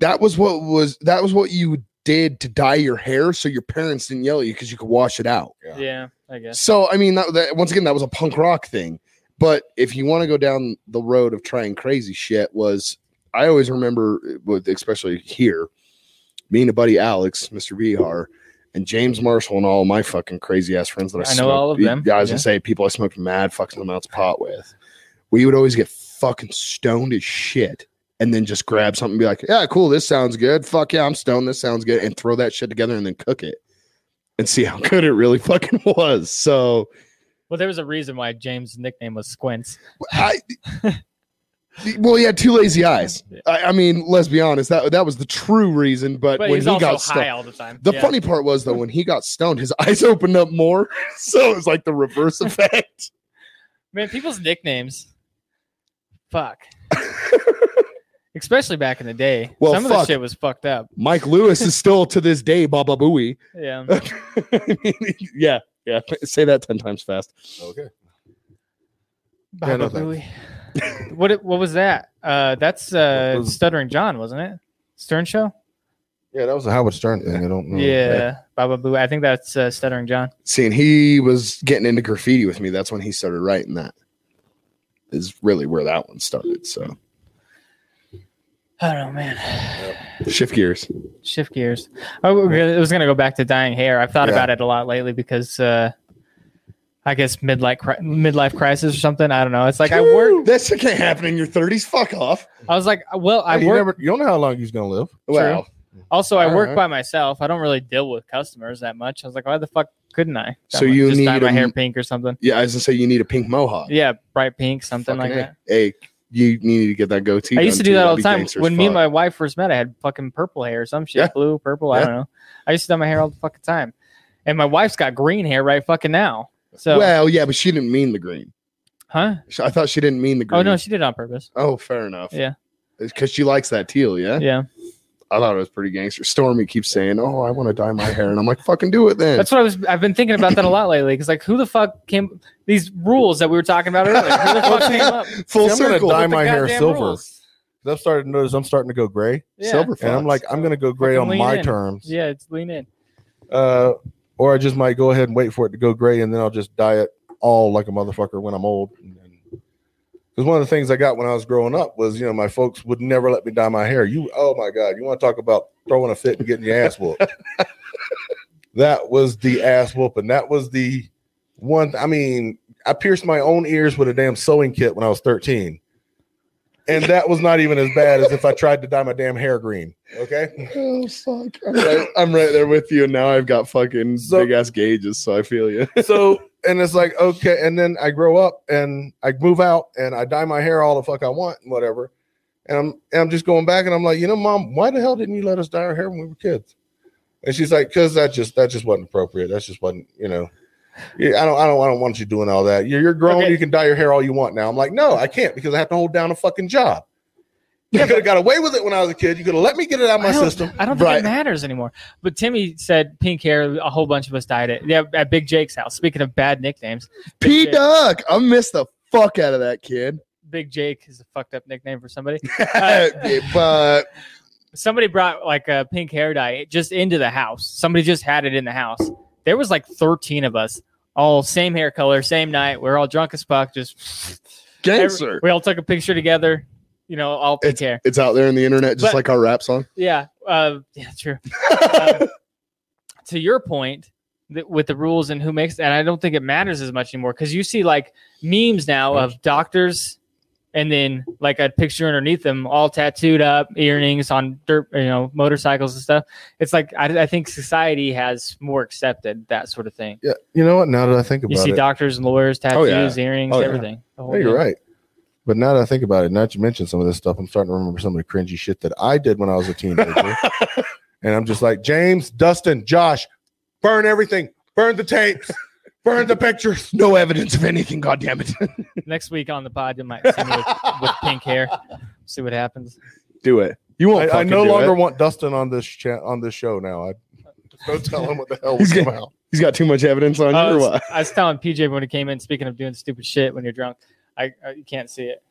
That was what was that was what you did to dye your hair, so your parents didn't yell at you because you could wash it out. Yeah, I guess. So I mean, that, that once again, that was a punk rock thing. But if you want to go down the road of trying crazy shit, was I always remember, uh, with especially here, me and a buddy Alex, Mr. Vihar, and James Marshall, and all my fucking crazy ass friends that I, I know all smoked- of them. Yeah, I was Yeah. gonna say people I smoked mad fucking amounts of pot with. We would always get fucking stoned as shit. And then just grab something and be like, yeah, cool, this sounds good. Fuck yeah, I'm stoned. This sounds good. And throw that shit together and then cook it and see how good it really fucking was. So Well, there was a reason why James' nickname was Squints. I well, he had two lazy eyes. I, I mean, let's be honest, that that was the true reason, but, But when he's he also got high stoned. all the time. The Yeah. funny part was though when he got stoned, his eyes opened up more. So it was like the reverse effect. man, people's nicknames. Fuck. Especially back in the day. Well, Some of the fuck. shit was fucked up. Mike Lewis is still to this day Baba Booey. Yeah. I mean, yeah, yeah. Say that ten times fast. Okay. Yeah, no Baba Booey. what it- what was that? Uh that's uh It was- Stuttering John, wasn't it? Stern Show? Yeah, that was a Howard Stern thing. I Mm, don't know. yeah. Baba Booey. I think that's uh, Stuttering John. Seeing he was getting into graffiti with me, that's when he started writing that. Is really where that one started. So I don't know, man. shift gears. Shift gears. Oh, it was gonna go back to dyeing hair. I've thought Yeah. about it a lot lately because uh, I guess midlife cri- midlife crisis or something. I don't know. It's like I work. That shit can't happen in your thirties. Fuck off. I was like, uh, well, I Hey, you, work. never, you don't know how long he's gonna live. Wow. Also, I work Alright. by myself. I don't really deal with customers that much. I was like, why the fuck couldn't I? That So much. you just dye need my a hair m- pink or something. Yeah, I was gonna say you need a pink mohawk. Yeah, bright pink, something Fucking like A. that. Hey, you need to get that goatee. I used to done do too. that all That'd the be time. gangster as When me and fuck. my wife first met, I had fucking purple hair, some shit, Yeah. blue, purple. I Yeah. don't know. I used to dye my hair all the fucking time, and my wife's got green hair right fucking now. So, well, yeah, but she didn't mean the green. huh? She- I thought she didn't mean the green. Oh no, she did it on purpose. Oh, fair enough. Yeah. Because she likes that teal, yeah? Yeah, I thought it was pretty gangster. Stormy keeps saying, "Oh, I want to dye my hair," and I'm like, "Fucking do it then." that's what I was. I've been thinking about that a lot lately. Because like, who the fuck came? These rules that we were talking about earlier. Who the fuck came up? with Full See, I'm gonna circle. dye the my hair goddamn silver. rules? I've started to notice I'm starting to go gray, Yeah. Silver fox. and I'm like, I'm gonna go gray Fucking on lean my in. terms. Yeah, it's lean in. Uh, or I just might go ahead and wait for it to go gray, and then I'll just dye it all like a motherfucker when I'm old. Because one of the things I got when I was growing up was, you know, my folks would never let me dye my hair. You, oh my god, you want to talk about throwing a fit and getting your ass whooped? that was the ass whooping. That was the one. I mean, I pierced my own ears with a damn sewing kit when I was 13. And that was not even as bad as if I tried to dye my damn hair green. Okay. Oh fuck! I'm right, I'm right there with you. And now I've got fucking So- big ass gauges, so I feel you. so and it's like okay and then i grow up and i move out and i dye my hair all the fuck i want and whatever and i'm and i'm just going back and i'm like you know mom why the hell didn't you let us dye our hair when we were kids and she's like because that just that just wasn't appropriate that's just wasn't you know yeah, I don't, I don't, I don't want you doing all that. You're, you're grown. Okay. You can dye your hair all you want now. I'm like, no, I can't because I have to hold down a fucking job. You could have got away with it when I was a kid. You could have let me get it out of my I don't- system. I don't think Right. it matters anymore. But Timmy said pink hair. A whole bunch of us dyed it. Yeah, at Big Jake's house. Speaking of bad nicknames, P Jake- Duck, I missed the fuck out of that kid. Big Jake is a fucked up nickname for somebody. Uh, but Somebody brought like a pink hair dye just into the house. Somebody just had it in the house. There was like 13 of us, all same hair color, same night. We're all drunk as fuck. Just gangster, we all took a picture together. You know, all pink hair. it's out there in the internet, just But- like our rap song. Yeah. Uh, yeah, true. Uh, to your point th- with the rules and who makes, and I don't think it matters as much anymore because you see like memes now of doctors and then like a picture underneath them all tattooed up, earrings on dirt, you know, motorcycles and stuff. It's like, I, I think society has more accepted that sort of thing. Yeah, you know what? Now that I think about You see it, doctors and lawyers, Oh, tattoos, yeah. earrings, Oh, yeah. everything. The whole Yeah, you're thing. right. But now that I think about it, now that you mentioned some of this stuff, I'm starting to remember some of the cringy shit that I did when I was a teenager. and I'm just like, James, Dustin, Josh, burn everything, burn the tapes, burn the pictures. No evidence of anything. God damn it! Next week on the pod, you might see me with, with pink hair. See what happens. do it. You I, won't. I fucking no do longer it. want Dustin on this cha- on this show now. I no telling what the hell was He's come getting- out. He's got too much evidence on I you. Or was, what? Oh, I was telling PJ when he came in, speaking of doing stupid shit when you're drunk, I, I you can't see it.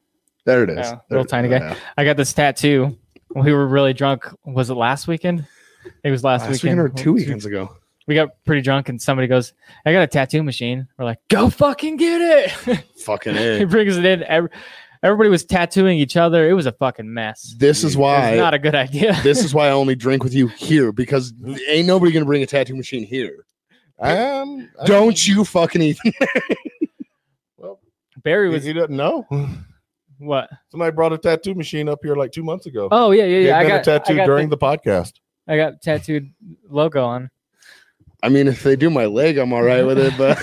There it is. Yeah, There Oh, little it tiny is. guy. I got this tattoo. when We were really drunk. Was it last weekend? I think It was last, Last weekend or two We- weekends ago. We got pretty drunk, and somebody goes, "I got a tattoo machine." We're like, "Go fucking get it!" Fucking he brings it in. Every, everybody was tattooing each other. It was a fucking mess. This is It was why. not a good idea. this is why I only drink with you here because ain't nobody gonna bring a tattoo machine here. Um, I- Don't you fucking Ethan? Well, Barry he, was he doesn't know. what? Somebody brought a tattoo machine up here like two months ago. Oh yeah, yeah, They've yeah. I been got, a tattoo I got during the podcast. I got tattooed logo on. I mean, if they do my leg, I'm all right with it. But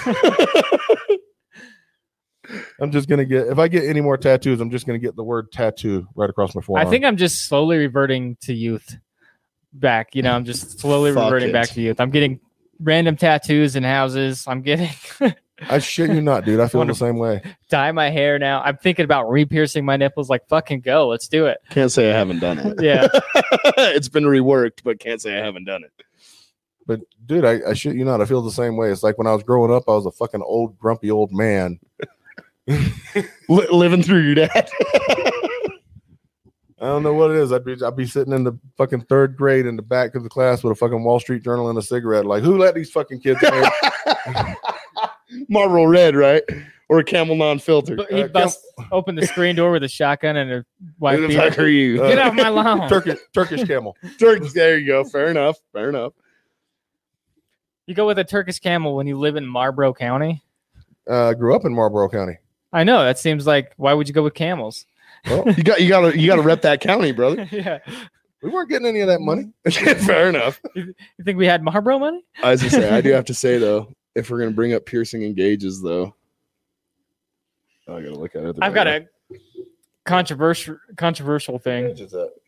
I'm just gonna get if I get any more tattoos, I'm just gonna get the word tattoo right across my forearm. I think I'm just slowly reverting to youth back. You know, I'm just slowly Fuck reverting it. back to youth. I'm getting random tattoos in houses. I'm getting I shit you not, dude. I feel the same way. Dye my hair now. I'm thinking about re-piercing my nipples. Like fucking go. Let's do it. Can't say I haven't done it. Yeah. it's been reworked, but can't say I haven't done it. But dude, I, I shit you not. I feel the same way. It's like when I was growing up, I was a fucking old grumpy old man. Li- living through your dad. I don't know what it is. I'd be I'd be sitting in the fucking third grade in the back of the class with a fucking Wall Street Journal and a cigarette. Like, who let these fucking kids in? Uh, Marlboro Red, right? Or Camel non-filter. Uh, But he Cam- busts open the screen door with a shotgun and a white Who the fuck beard. are you? Get off my lawn. Turkish Turkish camel. Turk- Uh, there you go. Fair enough. Fair enough. You go with a Turkish camel when you live in Marlboro County. Uh, grew up in Marlboro County. I know that seems like why would you go with camels? You got you gotta you gotta rep that county, brother. yeah, We weren't getting any of that money. Fair enough. you think we had Marlboro money? I was gonna say, I do have to say though, if we're gonna bring up piercing and gauges though. I gotta look at it. I've got a controversial controversial thing.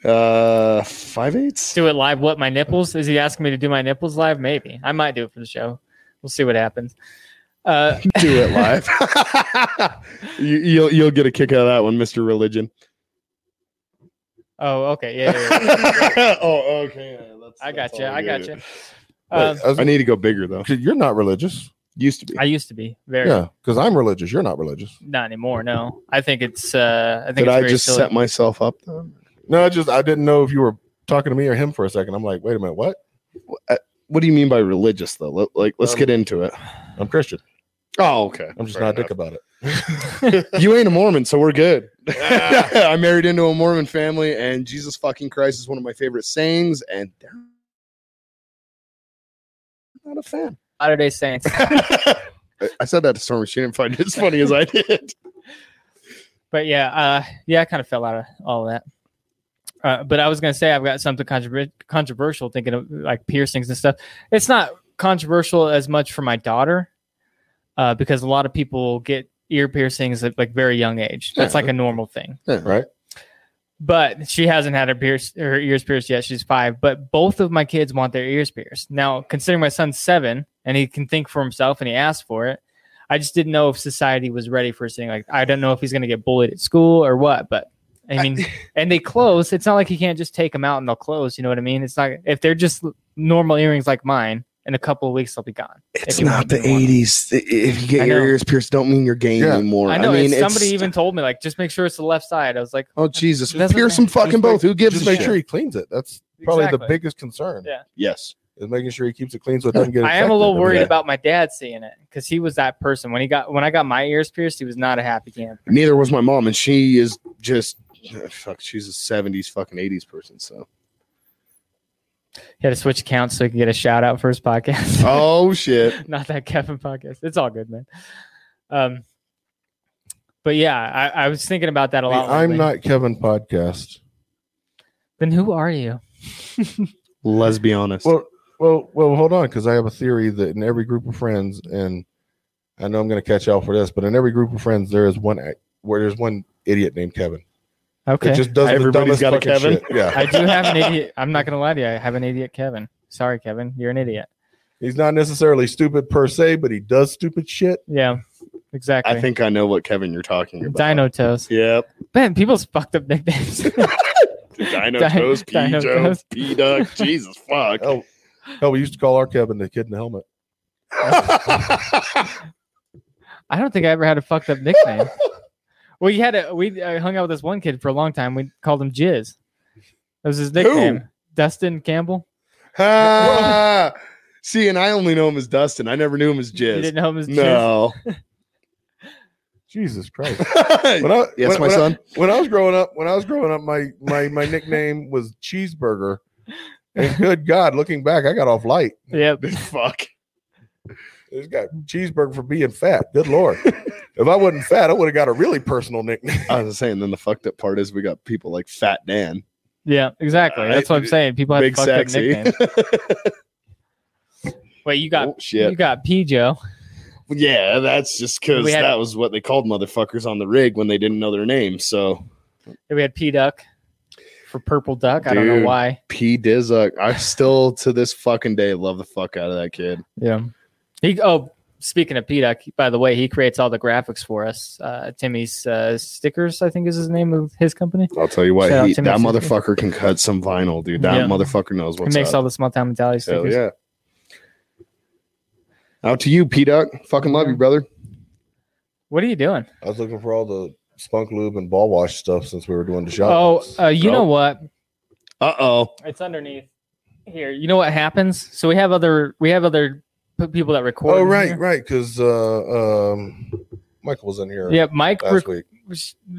a uh five eighths. Do it live. What my nipples? Is he asking me to do my nipples live? Maybe I might do it for the show. We'll see what happens. Uh, Do it live. you, you'll you'll get a kick out of that one, Mister Religion. oh, okay, yeah, yeah, yeah. oh, okay. That's, I that's got all you. I got good. you. Um, I was- I need to go bigger though. you're not religious. Used to be. I used to be very Yeah, because I'm religious. You're not religious. not anymore. No, I think it's. Uh, I think Did it's I very just silly. set myself up? Though? No, I just I didn't know if you were talking to me or him for a second. I'm like, wait a minute, what? uh, What do you mean by religious though? Let- Like, let's Um, get into it. I'm Christian. Oh, okay. I'm just Fair not a dick about it. enough. You ain't a Mormon, so we're good. I married into a Mormon family, and Jesus fucking Christ is one of my favorite sayings, and they're not a fan. Latter Day Saints. I- I said that to Stormy. She didn't find it as funny as I did. but yeah, uh, yeah, I kind of fell out of all that. Uh, but I was gonna say I've got something controver- controversial, thinking of like piercings and stuff. It's not controversial as much for my daughter, uh, because a lot of people get ear piercings at like very young age. That's Yeah. like a normal thing, Yeah, right. But she hasn't had her pierce her ears pierced yet. She's five. But both of my kids want their ears pierced now. Considering my son's seven and he can think for himself and he asked for it, I just didn't know if society was ready for something like I don't know if he's going to get bullied at school or what, but I mean, and they close. It's not like you can't just take them out and they'll close. You know what I mean? It's not if they're just normal earrings like mine. In a couple of weeks, they'll be gone. It's If you not want the to be one. '80s. If you I get your your know. ears pierced, don't mean you're gay Yeah. anymore. I know. mean, and somebody even told me like, just make sure it's the left side. I was like, Oh Jesus! It doesn't Pierce them matter. fucking Just both. Who gives Just a make shit? sure he cleans it. That's probably Exactly. the biggest concern. Yeah. Yes. Is making sure he keeps it clean so it doesn't get. I am a infected. little worried Yeah. about my dad seeing it because he was that person when he got when I got my ears pierced. He was not a happy camper. Neither was my mom, and she is just uh, fuck. She's a '70s fucking '80s person. So. He had to switch accounts so he could get a shout out for his podcast. Oh shit. not that Kevin podcast. It's all good, man. Um, but yeah, I, I was thinking about that a The lot. I'm lately. not Kevin podcast. Then who are you? Let's be honest. Well, well, well. Hold on, because I have a theory that in every group of friends, and I know I'm going to catch out for this, but in every group of friends, there is one act- where there's one idiot named Kevin. Okay, It just does Everybody's Everybody's got a Kevin. Yeah, I do have an idiot. I'm not gonna lie to you. I have an idiot, Kevin. Sorry, Kevin. You're an idiot. he's not necessarily stupid per se, but he does stupid shit. Yeah, exactly. I think I know what Kevin you're talking about. Dino Toes. Yep. Man, people's fucked up nicknames. Dino Di- toes, P Dino Joe, toes. P Duck. Jesus fuck. Oh, hell, we used to call our Kevin the kid in the helmet. I don't think I ever had a fucked up nickname. well, you had a we uh, hung out with this one kid for a long time. We called him Jizz. That was his nickname. Dustin Campbell. Ah. See, and I only know him as Dustin. I never knew him as You Jizz. didn't know him as Jizz. No. Jesus Christ. yes, When I, when- my when I- son. when I was growing up, when I was growing up, my my my nickname was Cheeseburger. And good God, looking back, I got off light. Yep. fuck. This guy Cheeseburger for being fat. Good lord. if I wasn't fat, I would have got a really personal nickname. I was saying, then the fucked up part is we got people like Fat Dan. Yeah, exactly. Uh, That's what I'm saying. People have Big fucked sexy. up nicknames. Wait, you got Oh, shit. you got P Joe. Yeah, that's just because We had- that was what they called motherfuckers on the rig when they didn't know their name. So We had P Duck for Purple Duck. I don't know Dude. why. P Dizzuck, I still to this fucking day love the fuck out of that kid. Yeah. He oh speaking of Pedoc, by the way, he creates all the graphics for us. Uh, Timmy's uh, stickers, I think, is his name of his company. I'll tell you what, Shout out he, to that Mr. motherfucker can cut some vinyl, dude. That Yeah. motherfucker knows what's he makes up. all the small town mentality stickers. Hell yeah. Out to you, P Duck. Fucking love you, brother. What are you doing? I was looking for all the spunk lube and ball wash stuff since we were doing the shop. Oh, uh, you Oh. know what? Uh oh. It's underneath here. You know what happens? So we have other we have other p- people that record. oh in right, here. right, because uh, um, Michael was in here Yeah, Mike. last Rec- week.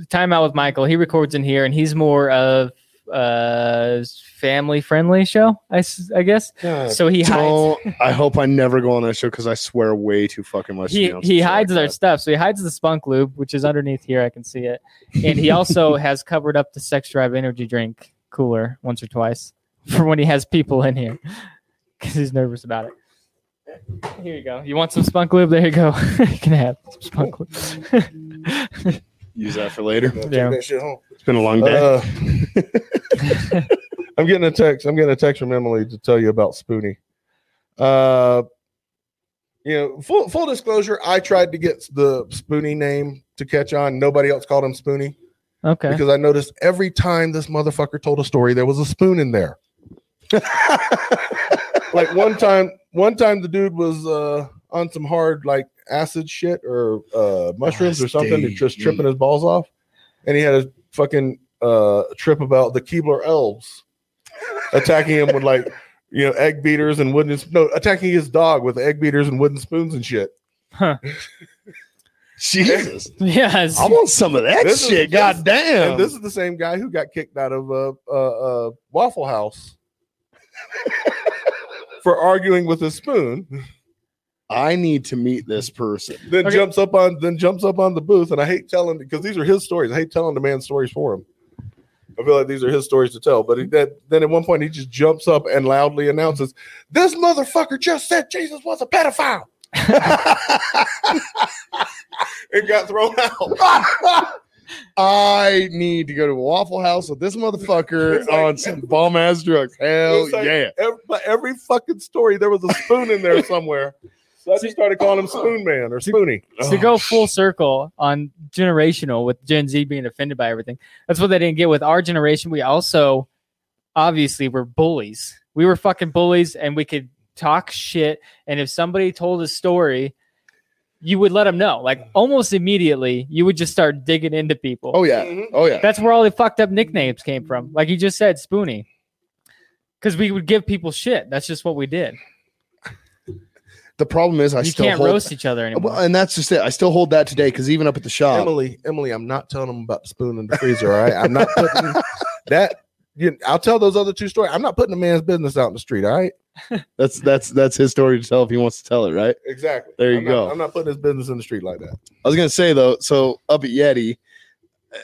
time out with Michael. He records in here, and he's more of uh family friendly show. I, s- I guess. Yeah, So he hides. Don't, I hope I never go on that show because I swear way too fucking much. to He, be on some he shit hides like their stuff, so he hides the spunk lube, which is underneath here. I can see it, and he also has covered up the sex drive energy drink cooler once or twice for when he has people in here because he's nervous about it. Here you go. You want some spunk lube? There you go. you can have some spunk lube. that. Use that for later. I'm gonna take Yeah. that shit home. It's been a long day. Uh, I'm getting a text. I'm getting a text from Emily to tell you about Spoonie. Uh, you know, full full disclosure, I tried to get the Spoonie name to catch on. Nobody else called him Spoonie okay. because I noticed every time this motherfucker told a story, there was a spoon in there. Uh, like one time, one time the dude was uh, on some hard like acid shit or uh, mushrooms or something, and just tripping his balls off, and he had a fucking uh, trip about the Keebler elves attacking him with like you know egg beaters and wooden no attacking his dog with egg beaters and wooden spoons and shit. Jesus. Yes. I want some of that This is- shit. this- God damn. And this is the same guy who got kicked out of a uh, uh, uh, Waffle House for arguing with a spoon. I need to meet this person. Then Okay. jumps up on then jumps up on the booth, and I hate telling because these are his stories. I hate telling the man stories for him. I feel like these are his stories to tell. But he, that, then at one point he just jumps up and loudly announces, "This motherfucker just said Jesus was a pedophile." it got thrown out. I need to go to a Waffle House with this motherfucker It's like- on some bum ass drugs. It Hell was like yeah. ev- but every fucking story, there was a spoon in there somewhere. So I just started calling him Spoon Man or Spoonie. Uh-huh. to Oh, go full circle on generational with Gen Z being offended by everything. That's what they didn't get with our generation. We also obviously were bullies. We were fucking bullies and we could talk shit. And if somebody told a story, you would let them know. Like almost immediately, you would just start digging into people. Oh yeah. Mhm. Oh yeah. That's where all the fucked up nicknames came from. Like you just said, Spoonie. Because we would give people shit. That's just what we did. The problem is I you still can't hold roast each other anymore. Well, and that's just it. I still hold that today because even up at the shop, Emily, Emily, I'm not telling him about the spoon in the freezer. All right, I'm not putting that. You, I'll tell those other two stories. I'm not putting a man's business out in the street. All right, that's that's that's his story to tell if he wants to tell it, right? exactly. There you I'm go. Not, I'm not putting his business in the street like that. I was gonna say though, so up at Yeti,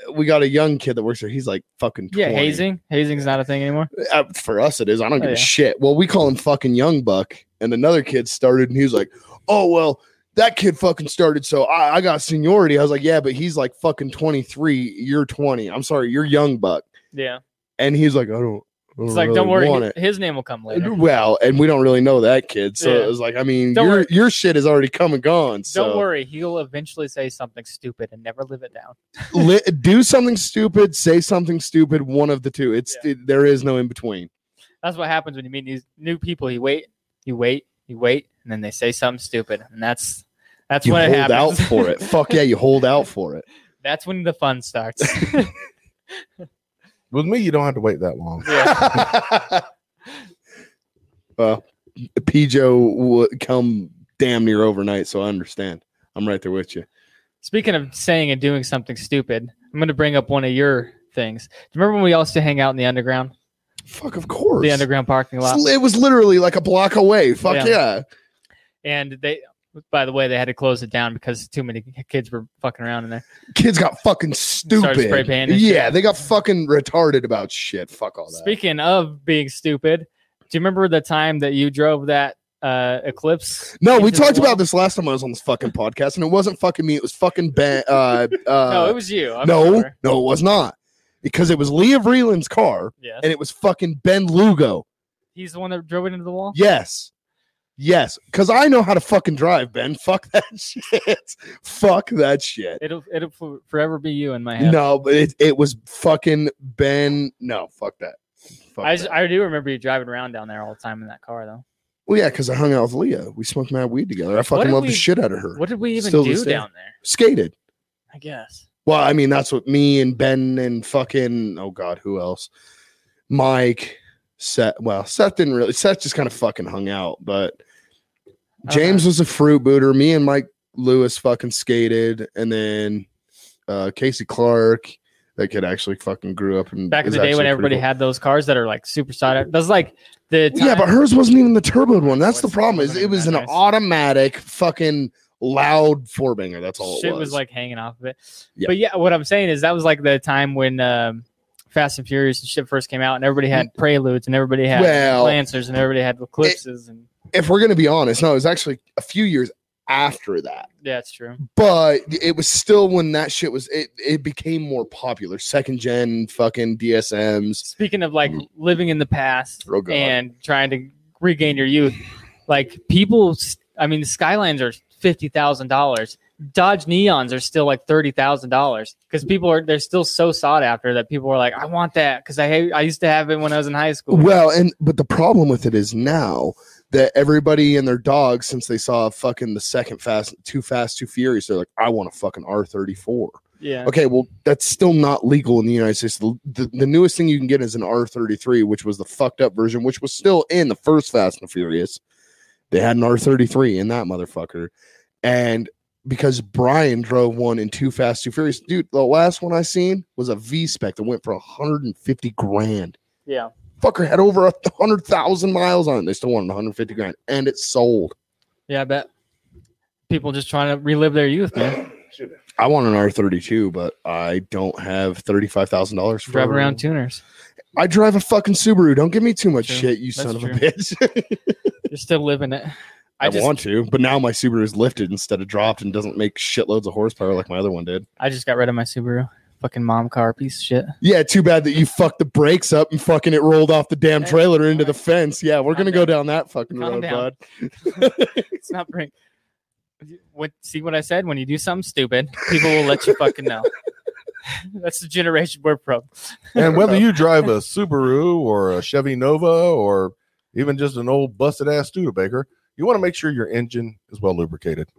uh, we got a young kid that works there. He's like fucking 20. yeah, hazing. Hazing's not a thing anymore. Uh, for us, it is. I don't give Oh, yeah. a shit. Well, we call him fucking Young Buck, and another kid started, and he was like, "Oh well, that kid fucking started, so I, I got seniority." I was like, "Yeah, but he's like fucking twenty three. You're twenty. I'm sorry, you're Young Buck." Yeah. And he's like, "I don't." I It's like, really don't worry, want hi- it." his name will come later. Well, and we don't really know that kid, so Yeah. it was like, I mean, Don't your worry. your shit is already come and gone. So Don't worry, he'll eventually say something stupid and never live it down. Li- do something stupid, say something stupid. One of the two. It's it- there is no in between. That's what happens when you meet these new people. You wait, you wait, you wait, and then they say something stupid, and that's that's You when it hold out happens. for it. Fuck yeah, you hold out for it. that's when the fun starts. With me, you don't have to wait that long. yeah. well, Pijo Uh, would come damn near overnight, so I understand. I'm right there with you. Speaking of saying and doing something stupid, I'm going to bring up one of your things. Do you remember when we all used to hang out in the underground, Fuck, of course. the underground parking lot? It's- It was literally like a block away. Fuck Yeah. yeah. And they, by the way, they had to close it down because too many kids were fucking around in there. Kids got fucking stupid. spray painting and yeah, shit. they got fucking retarded about shit. Fuck all that. Speaking of being stupid, do you remember the time that you drove that uh, Eclipse? No, we into the talked wall? about this last time I was on this fucking podcast, and it wasn't fucking me. It was fucking Ben. Uh, uh, No, it was you. I'm no, sure. no, it was not. Because it was Leah Vreeland's car, Yes. and it was fucking Ben Lugo. He's the one that drove it into the wall. Yes. Yes, because I know how to fucking drive, Ben. Fuck that shit. Fuck that shit. It'll it'll for- forever be you in my head. No, but it, it was fucking Ben. No, fuck that. Fuck I, that. just, I do remember you driving around down there all the time in that car though. well, yeah, because I hung out with Leah. We smoked mad weed together. I fucking did loved we- the shit out of her. What did we even Still do this day. down there? Skated. I guess. Well, I mean, that's what me and Ben and fucking oh god, who else? Mike, Seth. Well, Seth didn't really. Seth just kind of fucking hung out, but Okay. James was a fruit booter. Me and Mike Lewis fucking skated, and then uh, Casey Clark, that kid actually fucking grew up. And Back in is the day when actually everybody pretty cool. had those cars that are like super side. That's like the time, yeah, but hers wasn't even the turboed one. That's the What's- problem. Is wasn't it was an that nice. automatic fucking loud four banger. That's all shit it was. like hanging off of it. Yeah. But yeah, what I'm saying is that was like the time when um, Fast and Furious and shit first came out, and everybody had preludes, and everybody had Mm. Well- lancers, and everybody had eclipses, and if we're gonna be honest, no, it was actually a few years after that. yeah, it's true. Mm. but it was still when that shit was it, it became more popular second gen fucking dsms Speaking of like Mm. living in the past Oh, God. and trying to regain your youth, like people, s- I mean, Skylines are fifty thousand dollars. Dodge Neons are still like thirty thousand dollars because people are they're still so sought after that people are like, I want that because I ha- I used to have it when I was in high school. well and but the problem with it is now that everybody and their dogs since they saw fucking the second fast too fast too furious they're like i want a fucking r34 yeah, okay well that's still not legal in the united states the, the, the newest thing you can get is an r33 which was the fucked up version which was still in the first fast and furious they had an r33 in that motherfucker and because brian drove one in two fast two furious dude the last one i seen was a v spec that went for 150 grand yeah. fucker had over a hundred thousand miles on it they still wanted 150 grand and it sold Yeah, I bet. People just trying to relive their youth, man. i want an r32 but i don't have $35000 for Drive around tuners. I drive a fucking Subaru. Don't give me too much True. shit, you That's son of a true. bitch. You're still living it. I, I just, want to, but now my Subaru is lifted instead of dropped and doesn't make shitloads of horsepower like my other one did. I just got rid of my Subaru. Fucking mom car, piece of shit. Yeah, too bad that you fucked the brakes up and fucking it rolled off the damn Hey, trailer into the alright. fence. Yeah, we're Calm gonna go down that fucking Calm road, down. bud. It's not bring. What? See what I said? When you do something stupid, people will let you fucking know. That's the generation we're from. And whether you drive a Subaru or a Chevy Nova or even just an old busted ass Studebaker, you want to make sure your engine is well lubricated.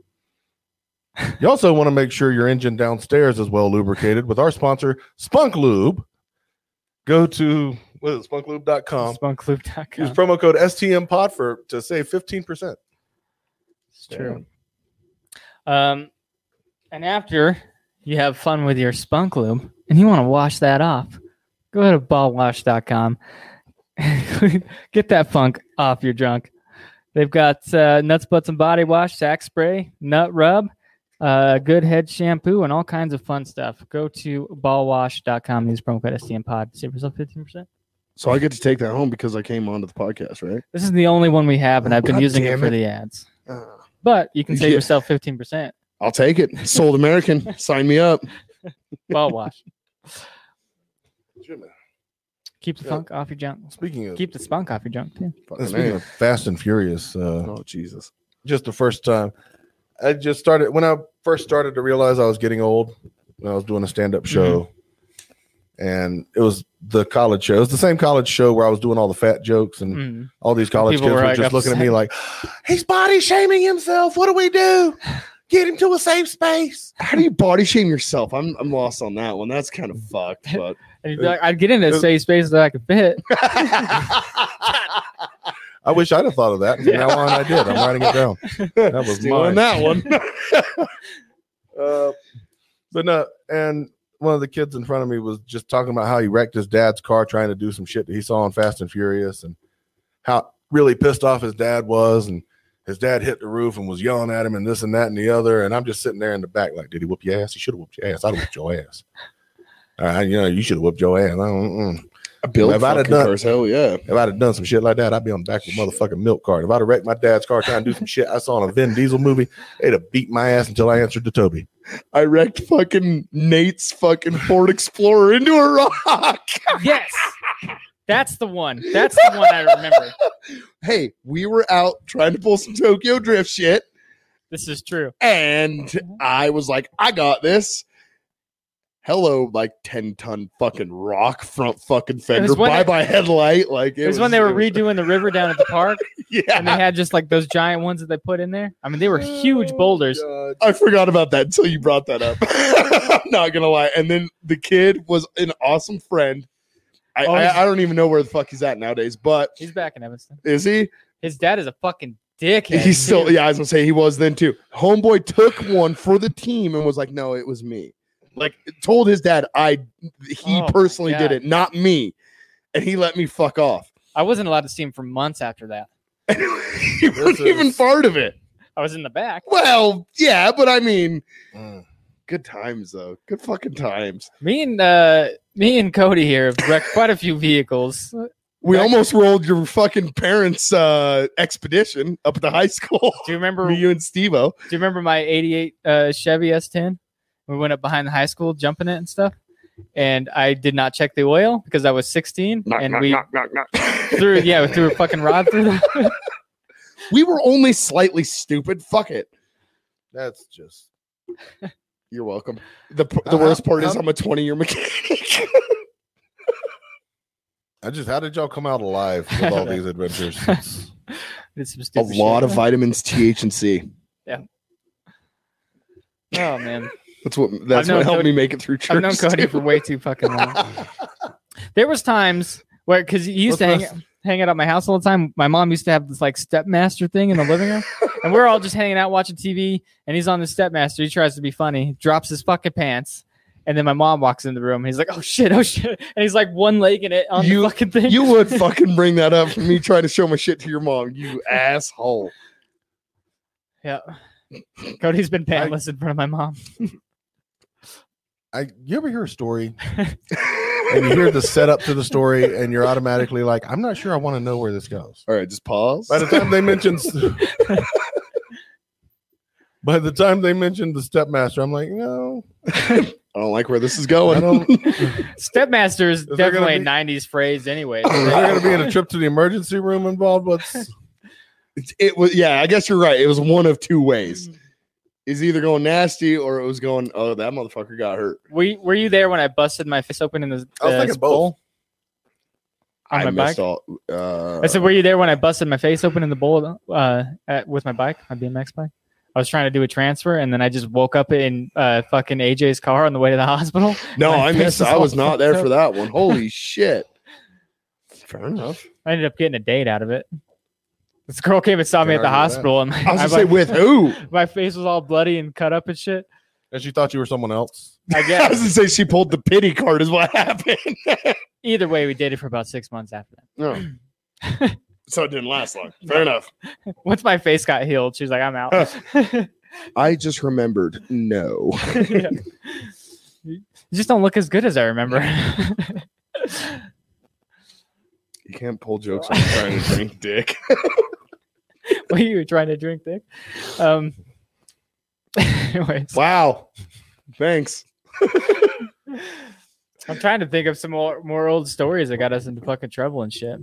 You also want to make sure your engine downstairs is well lubricated with our sponsor, Spunk Lube. Go to what is it, spunklube.com. Use Spunklube.com. promo code STM Pod for to save 15%. It's true. Um, and after you have fun with your spunk lube and you want to wash that off, go to ballwash.com. Get that funk off your junk. They've got uh, nuts, butts, and body wash, sack spray, nut rub, uh, good head shampoo, and all kinds of fun stuff. Go to ballwash.com. Use promo code STM Pod. Save yourself 15%. So I get to take that home because I came onto the podcast, right? This is the only one we have, and I've been God using it damn for it. Uh, the ads. But you can save Yeah. yourself 15%. I'll take it. Sold American. Sign me up. Ball wash. Keep the funk off your junk. Speaking of Keep the spunk off your junk too. Fucking speaking A. of Fast and Furious, uh, Oh Jesus. just the first time. I just started when I first started to realize I was getting old when I was doing a stand Mm-hmm. up show. And it was the college show. It was the same college show where I was doing all the fat jokes and Mm. all these college People kids were, were like, just looking at me upset. like, he's body shaming himself. What do we do? Get him to a safe space. How do you body shame yourself? I'm I'm lost on that one. That's kind of fucked, but And you'd be like, I'd get into a safe space that I could fit. I wish I'd have thought of that. From now on, I did. I'm writing it down. That was mine. Stealing that one. Uh, but no, and one of the kids in front of me was just talking about how he wrecked his dad's car trying to do some shit that he saw on Fast and Furious and how really pissed off his dad was. And his dad hit the roof and was yelling at him and this and that and the other. And I'm just sitting there in the back, like, did he whoop your ass? He should have whooped your ass. I'd have whooped your ass. All right, you know, you should have whooped your ass. I don't- mm-mm. I built If I'd have fucking done- cars. Hell yeah. If I'd have done some shit like that, I'd be on the back of a motherfucking milk cart. If I'd have wrecked my dad's car trying to do some shit I saw in a Vin Diesel movie, they'd have beat my ass until I answered to Toby. I wrecked fucking Nate's fucking Ford Explorer into a rock. yes. That's the one. That's the one I remember. Hey, we were out trying to pull some Tokyo Drift shit, This is true. and Mm-hmm. I was like, I got this. Hello, like ten ton fucking rock front fucking fender. when Bye they- bye headlight. Like It was, when they were it was- redoing the river down at the park, and they Yeah, had just like those giant ones that they put in there. I mean, they were Oh, huge boulders. God. I forgot about that until you brought that up. I'm not gonna lie. And then the kid was an awesome friend. I, Oh, he's- I, I don't even know where the fuck he's at nowadays, but He's back in Evanston. is he? His dad is a fucking dickhead. He's still, too. yeah, I was gonna say he was then too. Homeboy took one for the team and was like, "No, it was me." Like told his dad, "I he Oh, my personally did God. it, not me," and he let me fuck off. I wasn't allowed to see him for months after that. you weren't even is- part of it. I was in the back. Well, yeah, but I mean, Mm. good times though. Good fucking times. Me and uh, me and Cody here have wrecked quite a few vehicles. We Back- almost rolled your fucking parents' uh, expedition up at the high school. Do you remember? me, Do you, and Stevo. you remember my '88 uh, Chevy S10? We went up behind the high school, jumping it and stuff. And I did not check the oil because I was 16, and we threw yeah we threw a fucking rod through. The- We were only slightly stupid. Fuck it. That's just You're welcome. The, p- the Uh, worst part is um, I'm a 20 year mechanic. I just how did y'all come out alive with all these adventures? Did some a stupid shit. lot of vitamins, TH and C. oh man, That's what that's known what helped Cody- me make it through church. I've known Cody too. for way too fucking long. there was times where because he used What's to hang, hang out at my house all the time. My mom used to have this like stepmaster thing in the living room, and we're all just hanging out watching TV. And he's on the stepmaster. He tries to be funny, drops his fucking pants. And then my mom walks in the room. And he's like, "Oh shit, oh shit!" And he's like one legging it on You- the fucking thing. you would fucking bring that up for me trying to show my shit to your mom, you asshole. yeah. Cody's been pantless in front of my mom. I you ever hear a story and you hear the setup to the story and you're automatically like, I'm not sure I want to know where this goes. All right, just pause. By the time they mentioned By the time they mentioned the stepmaster, I'm like, no, I don't like where this is I going. don't. Is Stepmaster is there gonna definitely a be- '90s phrase, anyway. there going to be in a trip to the emergency room involved? What's It, it was yeah, I guess you're right. It was one of two ways. Is either going nasty or it was going, oh, that motherfucker got hurt. Were you, were you there when I busted my face open in the I was uh, thinking both. bowl? On I my bike? missed all uh I said, "Were you there when I busted my face open in the bowl uh, at, with my bike, my BMX bike?" I was trying to do a transfer, and then I just woke up in uh, fucking AJ's car on the way to the hospital. No, My I missed. face is I all was not fucked there up. for that one. Holy shit. Fair enough. I ended up getting a date out of it. This girl came and saw me Yeah, at the I remember hospital, and I was my- gonna say with who? my face was all bloody and cut up and shit. as you thought you were someone else? I I was guess gonna say she pulled the pity card is what happened. either way, we dated for about six months after that. No. so it didn't last long. Fair enough. Once my face got healed, she was like, "I'm out." I just remembered. No. Yeah. You just don't look as good as I remember. You can't pull jokes on trying to drink dick. what you were trying to drink, Dick. Um. anyways, Wow. Thanks. I'm trying to think of some more, more old stories that got us into fucking trouble and shit.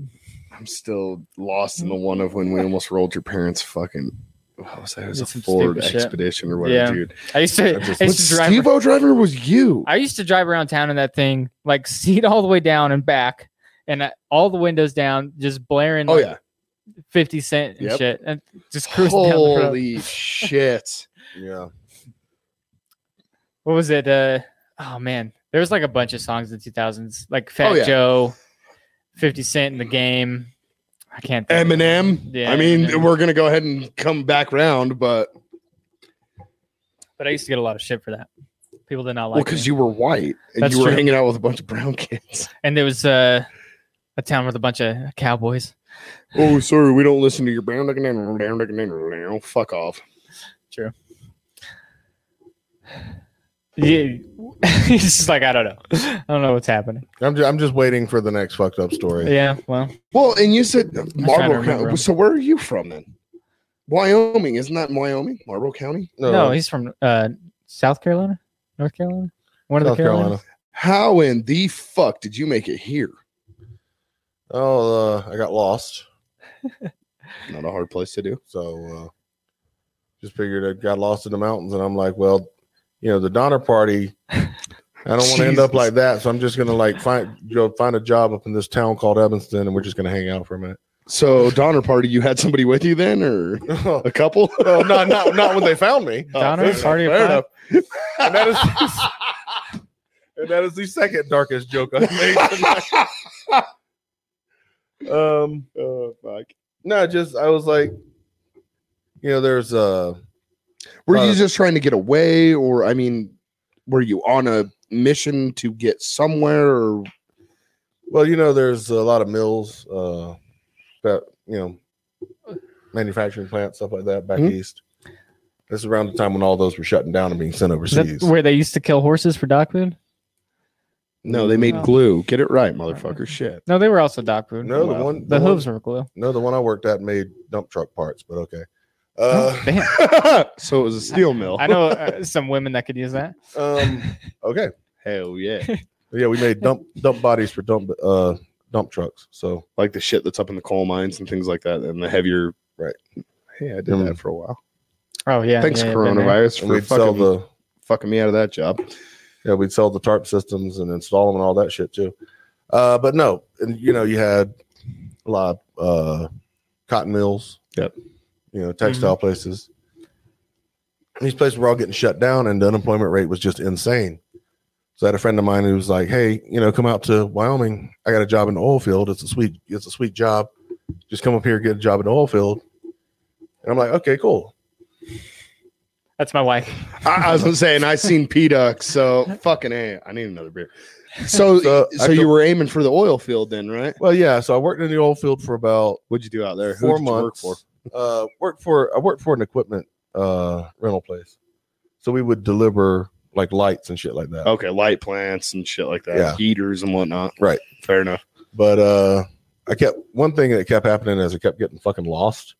I'm still lost in the one of when we almost rolled your parents fucking what was that? It was Did a some Ford stupid shit. expedition or whatever, Yeah. dude. I used to, I just- I But used to drive. Steve O driver was you. I used to drive around town in that thing, like seat all the way down and back, and I, all the windows down, just blaring. oh like, yeah. Fifty Cent and Yep. shit, and just cruising down the road. Holy shit. Yeah. What was it? Uh, oh man, there was like a bunch of songs in the 2000s, like Fat Oh, yeah. Joe, Fifty Cent in the game. I can't. think. Eminem. Yeah, I mean, Eminem. we're gonna go ahead and come back round, but But I used to get a lot of shit for that. People did not well, like because it. you were white and That's you were true. hanging out with a bunch of brown kids. And there was uh, a town with a bunch of cowboys. oh, sorry, we don't listen to your brown. Fuck off. True. Yeah, it's just like I don't know. I don't know what's happening. I'm just, I'm just waiting for the next fucked up story. Yeah, well, Well, and you said trying to Marlboro remember County. them. So where are you from then? Wyoming, isn't that in Wyoming? Marlboro County. no, he's from uh, South Carolina, North Carolina, one of South the Carolinas. Carolina. How in the fuck did you make it here? Oh, uh, I got lost. Not a hard place to do. So uh, just figured I got lost in the mountains, and I'm like, well, you know, the Donner Party. I don't want to end up Jesus. like that, so I'm just gonna like find go find a job up in this town called Evanston, and we're just gonna hang out for a minute. So Donner Party, you had somebody with you then, or oh, a couple? not not not when they found me. Donner fair enough, Party Oh, fair of enough. and that is and that is the second darkest joke I've made. tonight. um, oh fuck! no, just I was like, you know, there's uh Were Uh, you just trying to get away, or I mean, were you on a mission to get somewhere? Or Well, you know, there's a lot of mills, uh, that you know, manufacturing plants, stuff like that, back Mhm. east. This is around the time when all those were shutting down and being sent Is that overseas. where they used to kill horses for dog food? no, they made No. glue. Get it right, motherfucker. Shit. No, they were also dog food. No, the Wow. one the the hooves were glue. One, no, the one I worked at made dump truck parts, but okay. Uh, Damn. so it was a steel mill. I know uh, some women that could use that. um, okay, Hell yeah! yeah, we made dump dump bodies for dump uh dump trucks. So like the shit that's up in the coal mines and things like that, and the heavier. Right. Hey, I did Mm. that for a while. Oh yeah. Thanks, yeah, yeah, been there. coronavirus, and for we'd sell fucking, the fucking me out of that job. yeah we'd sell the tarp systems and install them and all that shit too. Uh, but no, and you know you had a lot of uh, cotton mills. Yep. You know textile places. These places were all getting shut down, and the unemployment rate was just insane. So I had a friend of mine who was like, "Hey, you know, come out to Wyoming. I got a job in the oil field. It's a sweet, it's a sweet job. Just come up here, get a job in the oil field." And I'm like, "Okay, cool." That's my wife. I, I was gonna say, and I seen P Duck, so fucking a. I need another beer. So, so, So, I you feel- were aiming for the oil field then, right? Well, yeah. So I worked in the oil field for about What'd you do out there? Who four did you months. work for? Uh, worked for I worked for an equipment uh rental place, so we would deliver like lights and shit like that. Okay, light plants and shit like that, Yeah. heaters and whatnot. Right. Fair enough. But uh, I kept one thing that kept happening is I kept getting fucking lost.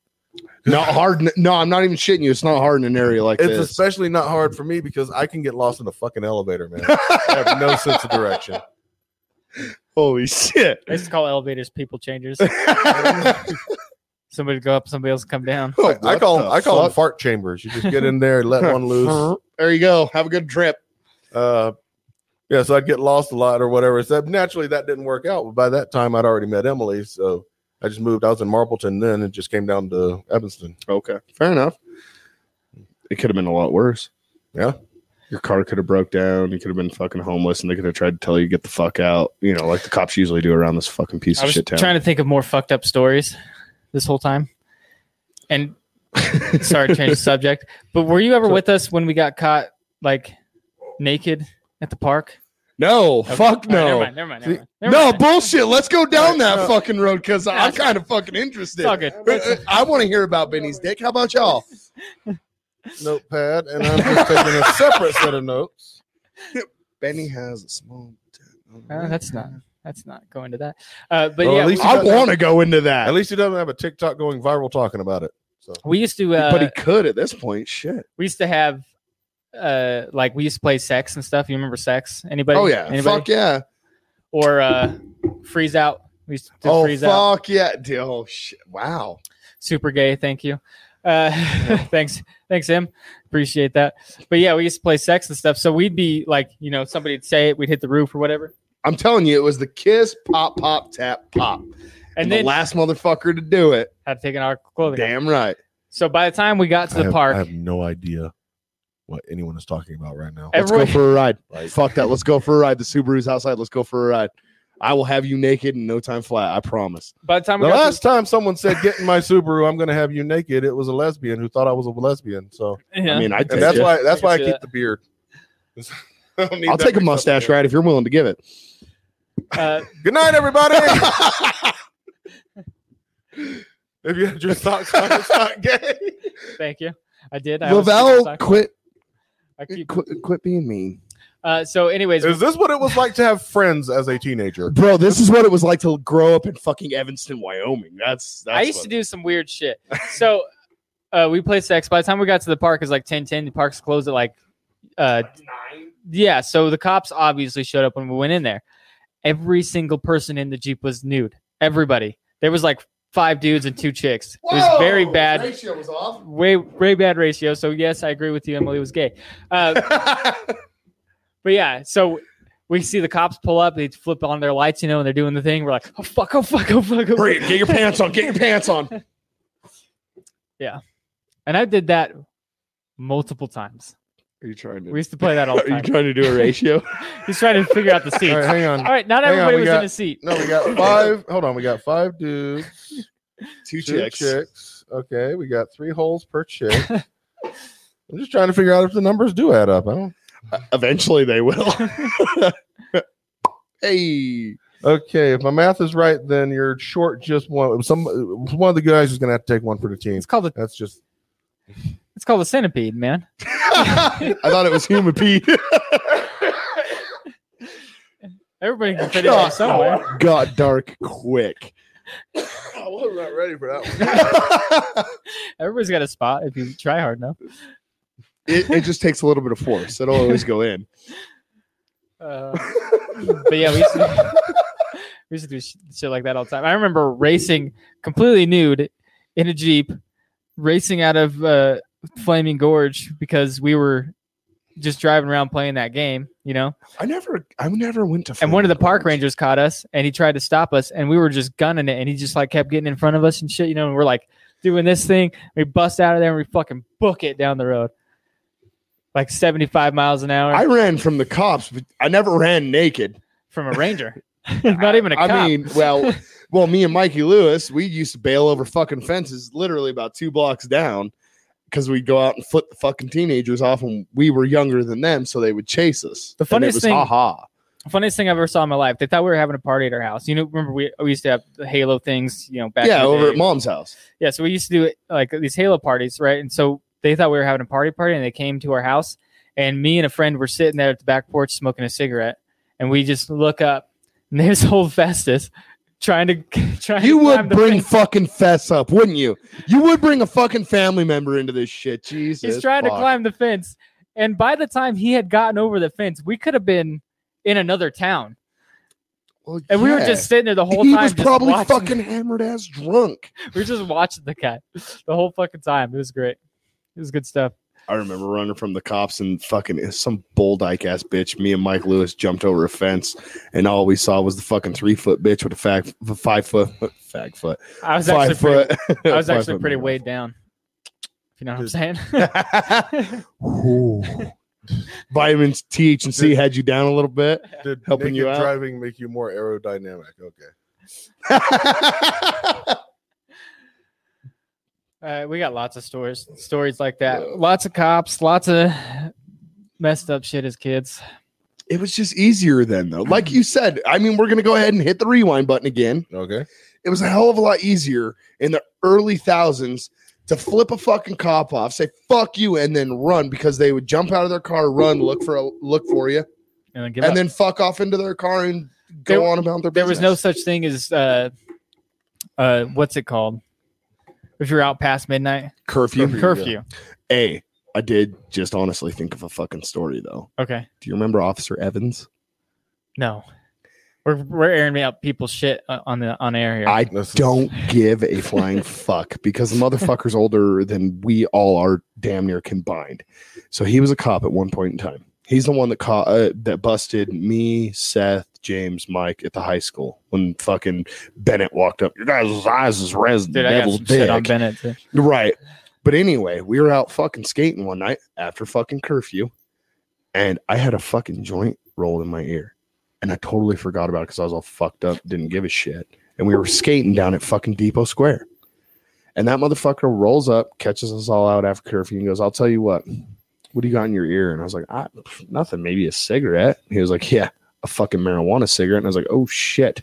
Not hard. n- No, I'm not even shitting you. It's not hard in an area like It's this. especially not hard for me because I can get lost in a fucking elevator, man. I have no sense of direction. Holy shit! I used to call elevators people changers. I, Somebody go up, somebody else come down. I, Oh, I call I call them fart chambers. You just get in there, let one loose. There you go. Have a good trip. Uh, yeah, so I'd get lost a lot or whatever. So naturally, that didn't work out. But by that time, I'd already met Emily, so I just moved. I was in Marbleton then, and just came down to Evanston. Okay, fair enough. It could have been a lot worse. Yeah. Your car could have broke down. You could have been fucking homeless, and they could have tried to tell you get the fuck out. You know, like the cops usually do around this fucking piece I of was shit town. trying to think of more fucked up stories this whole time. And sorry to change the subject, but were you ever with us when we got caught like naked at the park? no, Okay. fuck All right, Oh, never no, mind. Never mind. Never See- mind. Never no mind. bullshit. Let's go down that No. fucking road because Yeah, I'm it's- kind of fucking It's all interested. good. Uh, I want to hear about Benny's dick. How about y'all? Notepad, and I'm just taking a separate set of notes. Benny has a small. Uh, that's not. That's not going to that. Uh, but Well, yeah, at least I want to go into that, At least he doesn't have a TikTok going viral talking about it. So we used to. Uh, but he could at this point. Shit. we used to have uh like we used to play sex and stuff you remember sex anybody Oh yeah. anybody Fuck yeah. or uh freeze out we used to Oh freeze out fuck yeah. Dude, oh shit. Wow. super gay thank you uh thanks thanks him appreciate that but yeah we used to play sex and stuff so we'd be like you know somebody'd say it we'd hit the roof or whatever I'm telling you, it was the kiss, pop, pop, tap, pop. And, and the then Oh, last motherfucker to do it. had to take our clothing off. Damn right. so by the time we got to I the have- park I have no idea what anyone is talking about right now. Ev- Everyone- Let's go for a ride. Like- Fuck that. Let's go for a ride. The Subaru's outside. Let's go for a ride. I will have you naked in no time flat. I promise. by the time the we got to, last time someone said, "Get in my Subaru, I'm going to have you naked," it was a lesbian who thought I was a lesbian. So, yeah. I mean, I and that's you. why that's I can why I see keep that. the beard. I'll take a mustache ride if you're willing to give it. uh, Good night, everybody. if you had your socks on, it's not gay. thank you i did I was- Lavelle, quit, I keep, quit, quit being mean, uh, so anyways Is this what it was like to have friends as a teenager? bro. This is what it was like to grow up in fucking Evanston, Wyoming. That's, that's I used to do some weird shit. So uh, we played sex. By the time we got to the park, it was like ten ten. The park's closed at like uh, yeah. So the cops obviously showed up when we went in there. Every single person in the jeep was nude. Everybody. There was like five dudes and two chicks. It was very Whoa! bad. Ratio was off. way way bad ratio. So yes, I agree with you. Emily was gay. Uh, but yeah, so we see the cops pull up. They flip on their lights, you know, and they're doing the thing. We're like, oh fuck, oh fuck, oh fuck. Oh, fuck. Hurry, get your pants on. Get your pants on. And I did that multiple times. Are you trying to? We used to play that all the are you time. trying to do a ratio? He's trying to figure out the seats. All All right, right, hang on. not Hang on, everybody we was got- in a seat. No, we got five. hold on, we got five dudes, two Two chicks. chicks. Okay, we got three holes per chick. I'm just trying to figure out if the numbers do add up. I don't. Eventually, they will. hey, Okay, if my math is right, then you're short just one. Some one of the guys is gonna have to take one for the team. It's called a That's just it's called a centipede, man. I thought it was human pee. Everybody can fit in there somewhere. got dark quick. I was not ready for that one. Everybody's got a spot if you try hard enough. It, it just takes a little bit of force. It'll always go in. Uh, but yeah, we used, to, we used to do sh- shit like that all the time. I remember racing completely nude in a jeep, racing out of uh, Flaming Gorge because we were just driving around playing that game, you know. I never, I never went to. And one of the park Flaming rangers caught us, and he tried to stop us, and we were just gunning it, and he just like kept getting in front of us and shit, you know. And we're like doing this thing, we bust out of there, and we fucking book it down the road, like seventy-five miles an hour Gorge. I ran from the cops, but I never ran naked. from a ranger, not even a I cop. mean, well, well, me and Mikey Lewis, we used to bail over fucking fences, literally about two blocks down, because we'd go out and flip the fucking teenagers off, and we were younger than them, so they would chase us. The And it funniest was, thing- ha ha. funniest thing I ever saw in my life. They thought we were having a party at our house. You know, remember we, we used to have the Halo things, you know, back in Yeah, the over day. at mom's house. yeah. So we used to do like these Halo parties, right? And so they thought we were having a party party, and they came to our house, and me and a friend were sitting there at the back porch smoking a cigarette, and we just look up, and there's old Festus trying to trying. You to climb would the bring fence. fucking fess up, wouldn't you? You would bring a fucking family member into this shit. Jesus. He's trying to fuck. climb the fence, and by the time he had gotten over the fence, we could have been in another town, Well, and we were yeah. just sitting there the whole he time. was just probably watching. fucking hammered ass drunk. we just watched the guy the whole fucking time. It was great. It was good stuff. I remember running from the cops and fucking some bull dyke ass bitch. Me and Mike Lewis jumped over a fence, and all we saw was the fucking three foot bitch with a fag, f- five foot, fag foot, I was actually five foot. pretty, I was five actually foot pretty man. weighed down. If you know what I'm saying. Ooh. Vitamins TH and C had you down a little bit. Did Helping naked you out? driving make you more aerodynamic? Okay. Uh, we got lots of stories, stories like that. Lots of cops, lots of messed up shit as kids. It was just easier then, though. Like you said, I mean, we're gonna go ahead and hit the rewind button again. Okay. it was a hell of a lot easier in the early thousands to flip a fucking cop off, say fuck you, and then run because they would jump out of their car, run, look for a look for you, And then give and up. then fuck off into their car and go There- on about their there was no business. such thing as uh, uh, what's it called? If you're out past midnight, curfew. curfew. Hey, I did just honestly think of a fucking story though. Okay, Do you remember Officer Evans? no, we're we're airing out people's shit uh, on the on air here. I This is- don't give a flying fuck because the motherfucker's older than we all are damn near combined. So he was a cop at one point in time. He's the one that caught uh, that busted me, Seth, James, Mike at the high school when fucking Bennett walked up. Your guys' eyes is red as the Dude, I got devil's some shit on dick. Bennett. Too. Right. But anyway, we were out fucking skating one night after fucking curfew, and I had a fucking joint rolled in my ear. And I totally forgot about it because I was all fucked up, didn't give a shit. And we were skating down at fucking Depot Square. And that motherfucker rolls up, catches us all out after curfew, and goes, I'll tell you what, what do you got in your ear? And I was like, I, pff, nothing, maybe a cigarette. He was like, Yeah, a fucking marijuana cigarette. And I was like, Oh shit.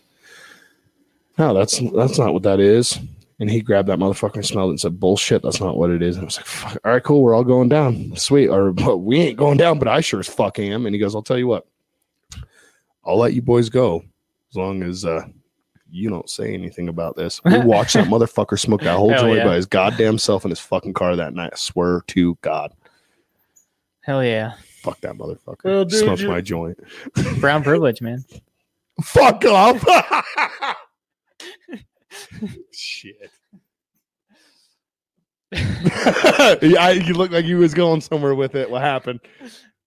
No, that's that's not what that is. And he grabbed that motherfucker and smelled it and said, Bullshit, that's not what it is. And I was like, Fuck, all right, cool, we're all going down. Sweet. Or but we ain't going down, but I sure as fuck am. And he goes, I'll tell you what, I'll let you boys go as long as uh you don't say anything about this. We watched that motherfucker smoke that whole Hell joint yeah. by his goddamn self in his fucking car that night. I swear to God. Hell yeah. Fuck that motherfucker. Well, dude, Smoked you- my joint. Brown privilege, man. Fuck off. Shit. I, you looked like you was going somewhere with it. What happened?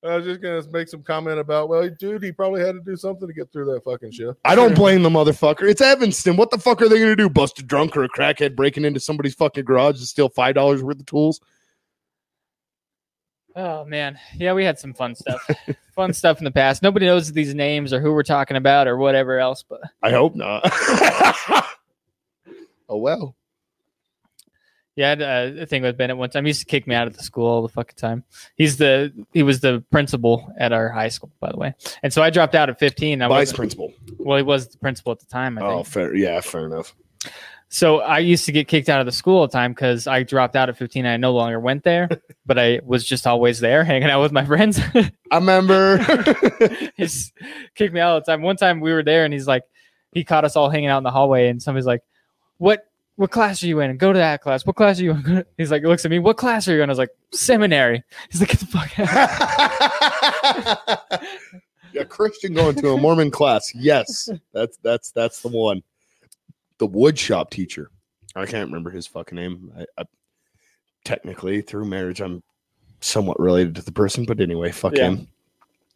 I was just gonna make some comment about, well, dude, he probably had to do something to get through that fucking shift. I don't blame the motherfucker. It's Evanston. What the fuck are they gonna do? Bust a drunk or a crackhead breaking into somebody's fucking garage to steal five dollars worth of tools? Oh man, yeah, we had some fun stuff, fun stuff in the past. Nobody knows these names or who we're talking about or whatever else, but I hope not. oh well. yeah, I had uh, a thing with Bennett one time. He used to kick me out of the school all the fucking time. He's the he was the principal at our high school, by the way, and so I dropped out at fifteen. I Vice was principal. well, he was the principal at the time. I think. Oh, fair. Yeah, fair enough. So I used to get kicked out of the school all the time because I dropped out at 15. I no longer went there, but I was just always there hanging out with my friends. I remember. he's kicked me out all the time. One time we were there and he's like, he caught us all hanging out in the hallway and somebody's like, what, what class are you in? Go to that class. What class are you in? He's like, looks at me. What class are you in? I was like, seminary. He's like, get the fuck out. a Christian going to a Mormon class. Yes, that's that's that's the one. The wood shop teacher. I can't remember his fucking name. I, I technically through marriage, I'm somewhat related to the person, but anyway, fuck Yeah. him.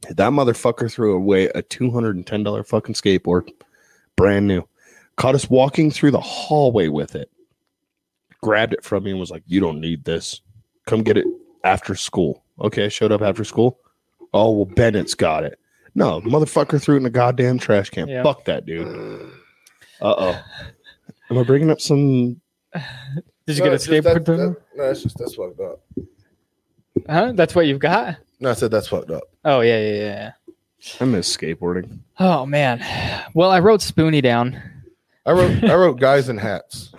That motherfucker threw away a two hundred and ten dollar fucking skateboard, brand new. Caught us walking through the hallway with it. Grabbed it from me and was like, "You don't need this. Come get it after school." Okay, I showed up after school. Oh well, Bennett's got it. No, the motherfucker threw it in the goddamn trash can. Yeah. Fuck that dude. Uh oh. Am I bringing up some? Did you get a it's Uh, just skateboard? that- done? that- No, it's just that's fucked up. huh? That's what you've got? No, I said that's fucked up. Oh, yeah, yeah, yeah, yeah. I miss skateboarding. Oh, man. Well, I wrote Spoonie down. I wrote I wrote guys in hats.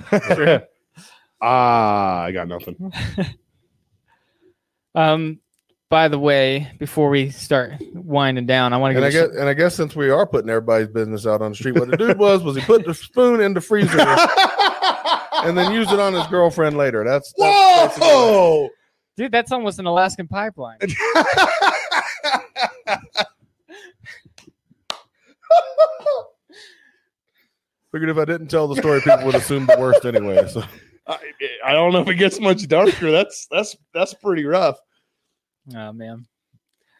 Ah, I got nothing. Um, by the way, before we start winding down, I want to And I get guess and I guess since we are putting everybody's business out on the street, what the dude was was he put the spoon in the freezer and then used it on his girlfriend later. That's, that's basically what- Whoa! dude. That's almost an Alaskan pipeline. Figured if I didn't tell the story, people would assume the worst anyway. So I, I don't know if it gets much darker. That's that's that's pretty rough. Oh man,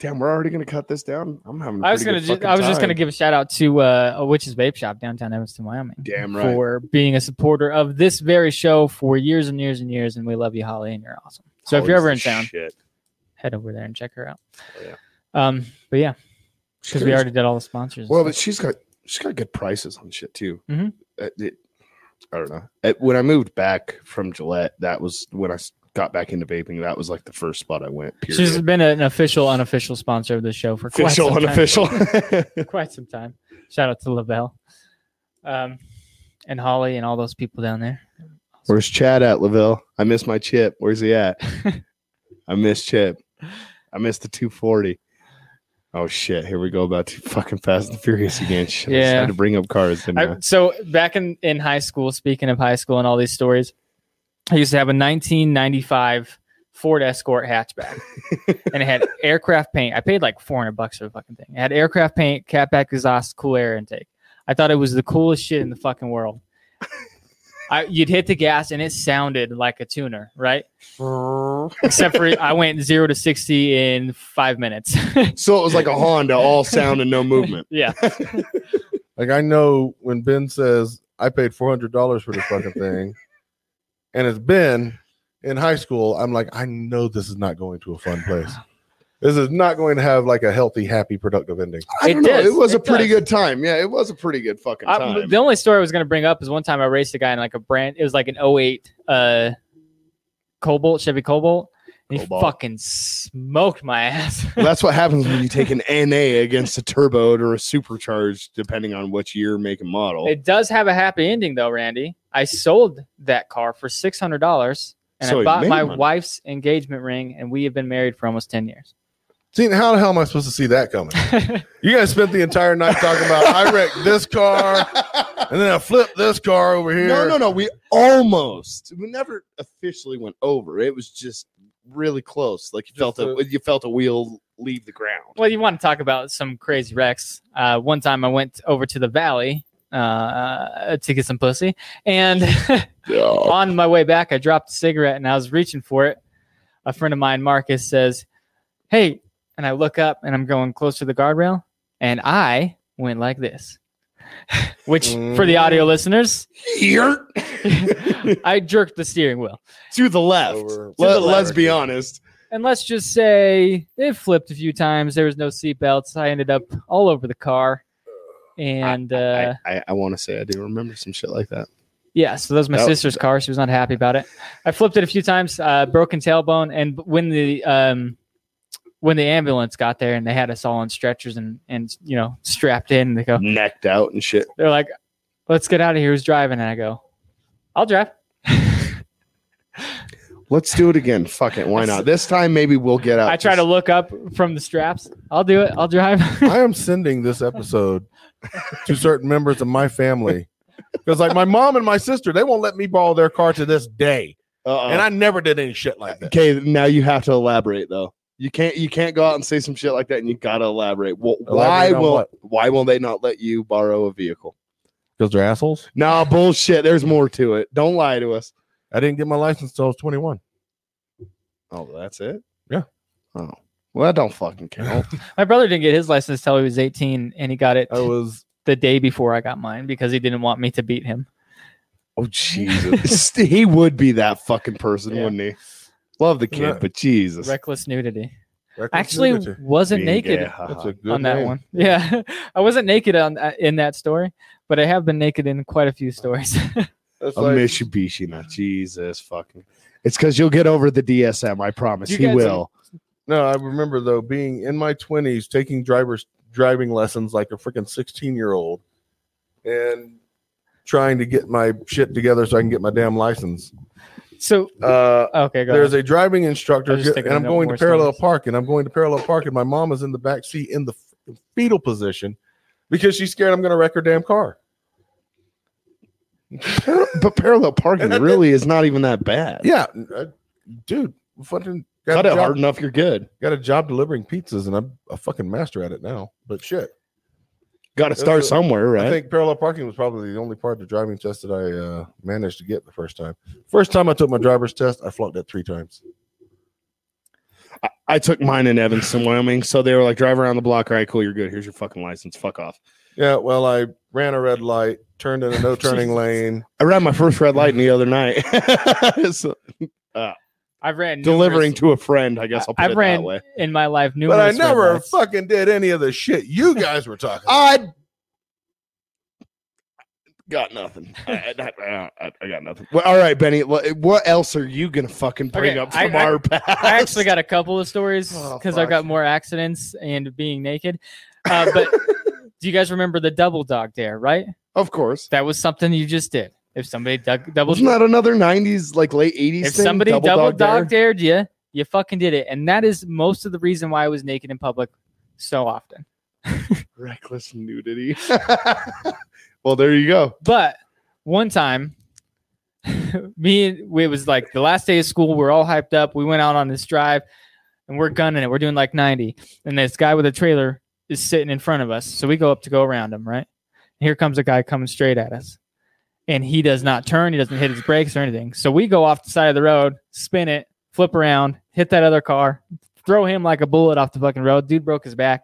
Damn, we're already gonna cut this down. I'm having. I I was gonna. Ju- I was just gonna give a shout out to uh, a witch's vape shop downtown Evanston, Wyoming. Damn right. For being a supporter of this very show for years and years and years, and we love you, Holly, and you're awesome. So if you're ever in town, shit. head over there and check her out. Oh, yeah. Um, but yeah, because we already did all the sponsors. and Well, stuff. but she's got she's got good prices on shit too. Mhm. Uh, it- I don't know. Uh, when I moved back from Gillette, that was when I s- got back into vaping. That was like the first spot I went. Period. she's been an official, unofficial sponsor of the show for quite official, some time. unofficial. quite some time. Shout out to Lavelle, um, and Holly, and all those people down there. Where's Chad at, Laville? I miss my chip. Where's he at? I miss Chip. I miss the 240. Oh shit! Here we go about to fucking Fast and Furious again. Shit, I just Yeah. had to bring up cars. didn't I, I, so back in, in high school, speaking of high school and all these stories, I used to have a 1995 Ford Escort hatchback, and it had aircraft paint. I paid like 400 bucks for the fucking thing. It had aircraft paint, catback exhaust, cool air intake. I thought it was the coolest shit in the fucking world. I, you'd hit the gas and it sounded like a tuner, right? Except for I went zero to sixty in five minutes. so it was like a Honda, all sound and no movement. yeah, like I know when Ben says I paid four hundred dollars for this fucking thing, and it's Ben in high school, I'm like, I know this is not going to a fun place. This is not going to have like a healthy, happy, productive ending. I It don't know. does. It was a It pretty does. good time. Yeah, it was a pretty good fucking I- time. the only story I was going to bring up is one time I raced a guy in like a brand. It was like an 08 uh, Cobalt Chevy Cobalt. And he Cobalt. fucking smoked my ass. Well, that's what happens when you take an NA against a turboed or a supercharged, depending on which year, make, and model. it does have a happy ending though, Randy. I sold that car for six hundred dollars, and So I you bought made my money. wife's engagement ring, and we have been married for almost ten years. See, how the hell am I supposed to see that coming? You guys spent the entire night talking about I wrecked this car, and then I flipped this car over here. No, no, no. We almost. We never officially went over. It was just really close. Like you felt a, a- you felt a wheel leave the ground. Well, you want to talk about some crazy wrecks? Uh, one time I went over to the valley uh, to get some pussy. And Yeah. on my way back, I dropped a cigarette and I was reaching for it. A friend of mine, Marcus, says, Hey, and I look up and I'm going close to the guardrail. And I went like this, which for the audio listeners, Here I jerked the steering wheel. to the left. Over- Let, To the Let's left. be honest. And let's just say it flipped a few times. There was no seatbelts. I ended up all over the car. And uh, I, I, I want to say I do remember some shit like that. Yeah, so that was my That- sister's car. She was not happy about it. I flipped it a few times, uh, broken tailbone, and when the um, when the ambulance got there and they had us all on stretchers and and you know strapped in, they go, Necked out and shit. they're like, "Let's get out of here." Who's driving? And I go, "I'll drive." Let's do it again. Fuck it. Why not? This time maybe we'll get out. I try to look up from the straps. I'll do it. I'll drive. I am sending this episode to certain members of my family because, like, my mom and my sister, they won't let me borrow their car to this day, Uh-oh. and I never did any shit like that. okay, now you have to elaborate though. You can't you can't go out and say some shit like that, and you gotta elaborate. Well, why Elaborate on will what? why will they not let you borrow a vehicle? Because they're assholes. Nah, bullshit. There's more to it. Don't lie to us. I didn't get my license till I was 21. Oh, that's it. Yeah. Oh, well, that don't fucking count. my brother didn't get his license till he was 18, and he got it Oh. I was the day before I got mine because he didn't want me to beat him. oh Jesus, he would be that fucking person, Yeah. wouldn't he? Love the kid, Yeah. but Jesus, Reckless nudity. reckless Actually, nudity. wasn't Being naked. gay, haha. That's a good on that name. one. Yeah, I wasn't naked on uh, in that story, but I have been naked in quite a few stories. That's a like- Mitsubishi now. Jesus fucking. It's because you'll get over the DSM. I promise. You He guys- will. No, I remember though being in my twenties, taking driver's driving lessons like a freaking sixteen year old, and trying to get my shit together so I can get my damn license. so Uh, okay, go there's ahead. a driving instructor, I was just and thinking I'm of going to more parallel stories. park, and I'm going to parallel park, and my mom is in the back seat in the f- fetal position because she's scared I'm going to wreck her damn car. Par- But parallel parking And that- really is not even that bad. Yeah, uh, dude, fucking got Cut a it job- hard enough, you're good. Got a job delivering pizzas, and I'm a fucking master at it now. But shit. Got to That's start a- somewhere, right? I think parallel parking was probably the only part of the driving test that I uh, managed to get the first time. First time I took my driver's test, I flunked it three times. I, I took mine in Evanston, Wyoming. So they were like, drive around the block. All right, cool, you're good. Here's your fucking license. Fuck off. Yeah, well, I ran a red light, turned in a no turning Jesus. lane. I ran my first red light the other night. So, I've ran delivering numerous- to a friend, I guess I'll put I've it ran that way. in my life But I numerous. red never lights. fucking did any of the shit you guys were talking. about. I got nothing. I, I- I- I got nothing. Well, all right, Benny. wha- What else are you gonna fucking bring Okay, up I- from I- our past? I actually got a couple of stories Oh, because fuck. I've got more accidents and being naked. Uh, but do you guys remember the double dog dare? Right, of course. that was something you just did. If somebody dug, double, Wasn't that another '90s, like late '80s? if thing? somebody double, dog, dare? dared you, you fucking did it, and that is most of the reason why I was naked in public so often. reckless nudity. well, there you go. But one time, me and we- it was like the last day of school. We're all hyped up. We went out on this drive, and we're gunning it. We're doing like ninety, and this guy with a trailer is sitting in front of us. So we go up to go around him. Right here comes a guy coming straight at us, and he does not turn. He doesn't hit his brakes or anything. So we go off the side of the road, spin it, flip around, hit that other car, throw him like a bullet off the fucking road. Dude broke his back.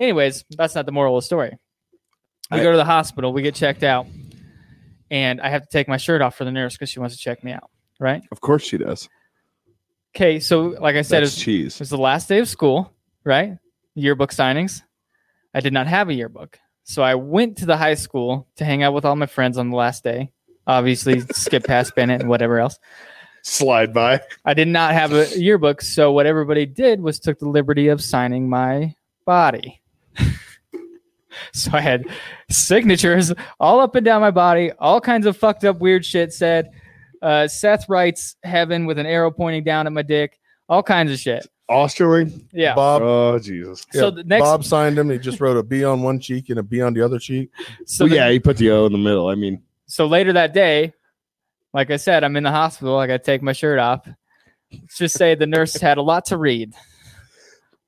Anyways, that's not the moral of the story. We I- go to the hospital. We get checked out and I have to take my shirt off for the nurse because she wants to check me out. Right? Of course she does. Okay. So, like I said, That's it's cheese. was the last day of school, right? Yearbook signings. I did not have a yearbook, so I went to the high school to hang out with all my friends on the last day. Obviously, skip past Bennett and whatever else. Slide by. I did not have a yearbook, so what everybody did was took the liberty of signing my body. so I had signatures all up and down my body, all kinds of fucked up weird shit said. Uh, Seth writes heaven with an arrow pointing down at my dick, all kinds of shit. Austrian. Yeah. Bob, Oh Jesus. yeah, so the next- Bob signed him. He just wrote a B on one cheek and a B on the other cheek. So well, the- yeah, he put the O in the middle. I mean, so later that day, like I said, I'm in the hospital. I got to take my shirt off. Let's just say the nurse had a lot to read.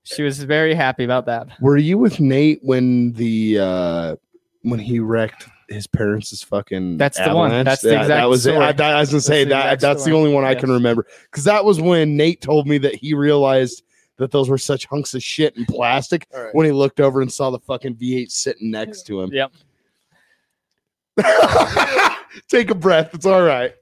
She was very happy about that. were you with Nate when the uh when he wrecked his parents is fucking. That's the one. Avalanche. That's the that exact was it. I, story. that- I was gonna say the that. exact That's the story. only one I can Yes. remember because that was when Nate told me that he realized that those were such hunks of shit and plastic All right. when he looked over and saw the fucking V8 sitting next to him. Yep. Take a breath. It's all right.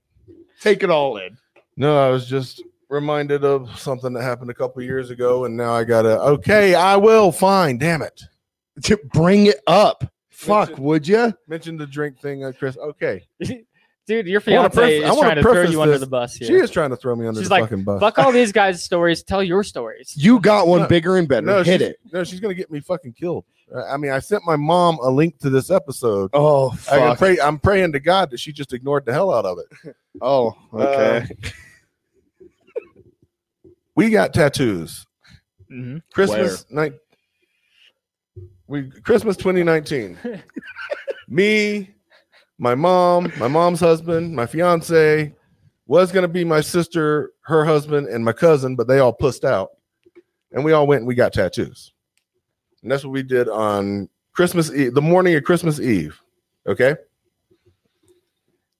Take it all in. No, I was just reminded of something that happened a couple years ago, and now I gotta. Okay, I will. Fine. Damn it. To bring it up. Fuck, it- would you? Mentioned the drink thing, uh, Chris. Okay, Dude, your I wanna fiance preface- I is wanna trying to throw preface you under this. the bus here. she is trying to throw me under She's the like, fucking bus. Fuck all these guys' stories. Tell your stories. You got one No. bigger and better. no, Hit she's- it. No, she's gonna get me fucking killed. Uh, I mean, I sent my mom a link to this episode. Oh, I can fuck. pray, I'm praying to God that she just ignored the hell out of it. oh, okay. We got tattoos. Mm-hmm. hmm Christmas night. We Christmas 2019. Me, my mom, my mom's husband, my fiance was gonna be my sister, her husband, and my cousin, but they all pussed out, and we all went and we got tattoos, and that's what we did on Christmas Eve, the morning of Christmas Eve. Okay,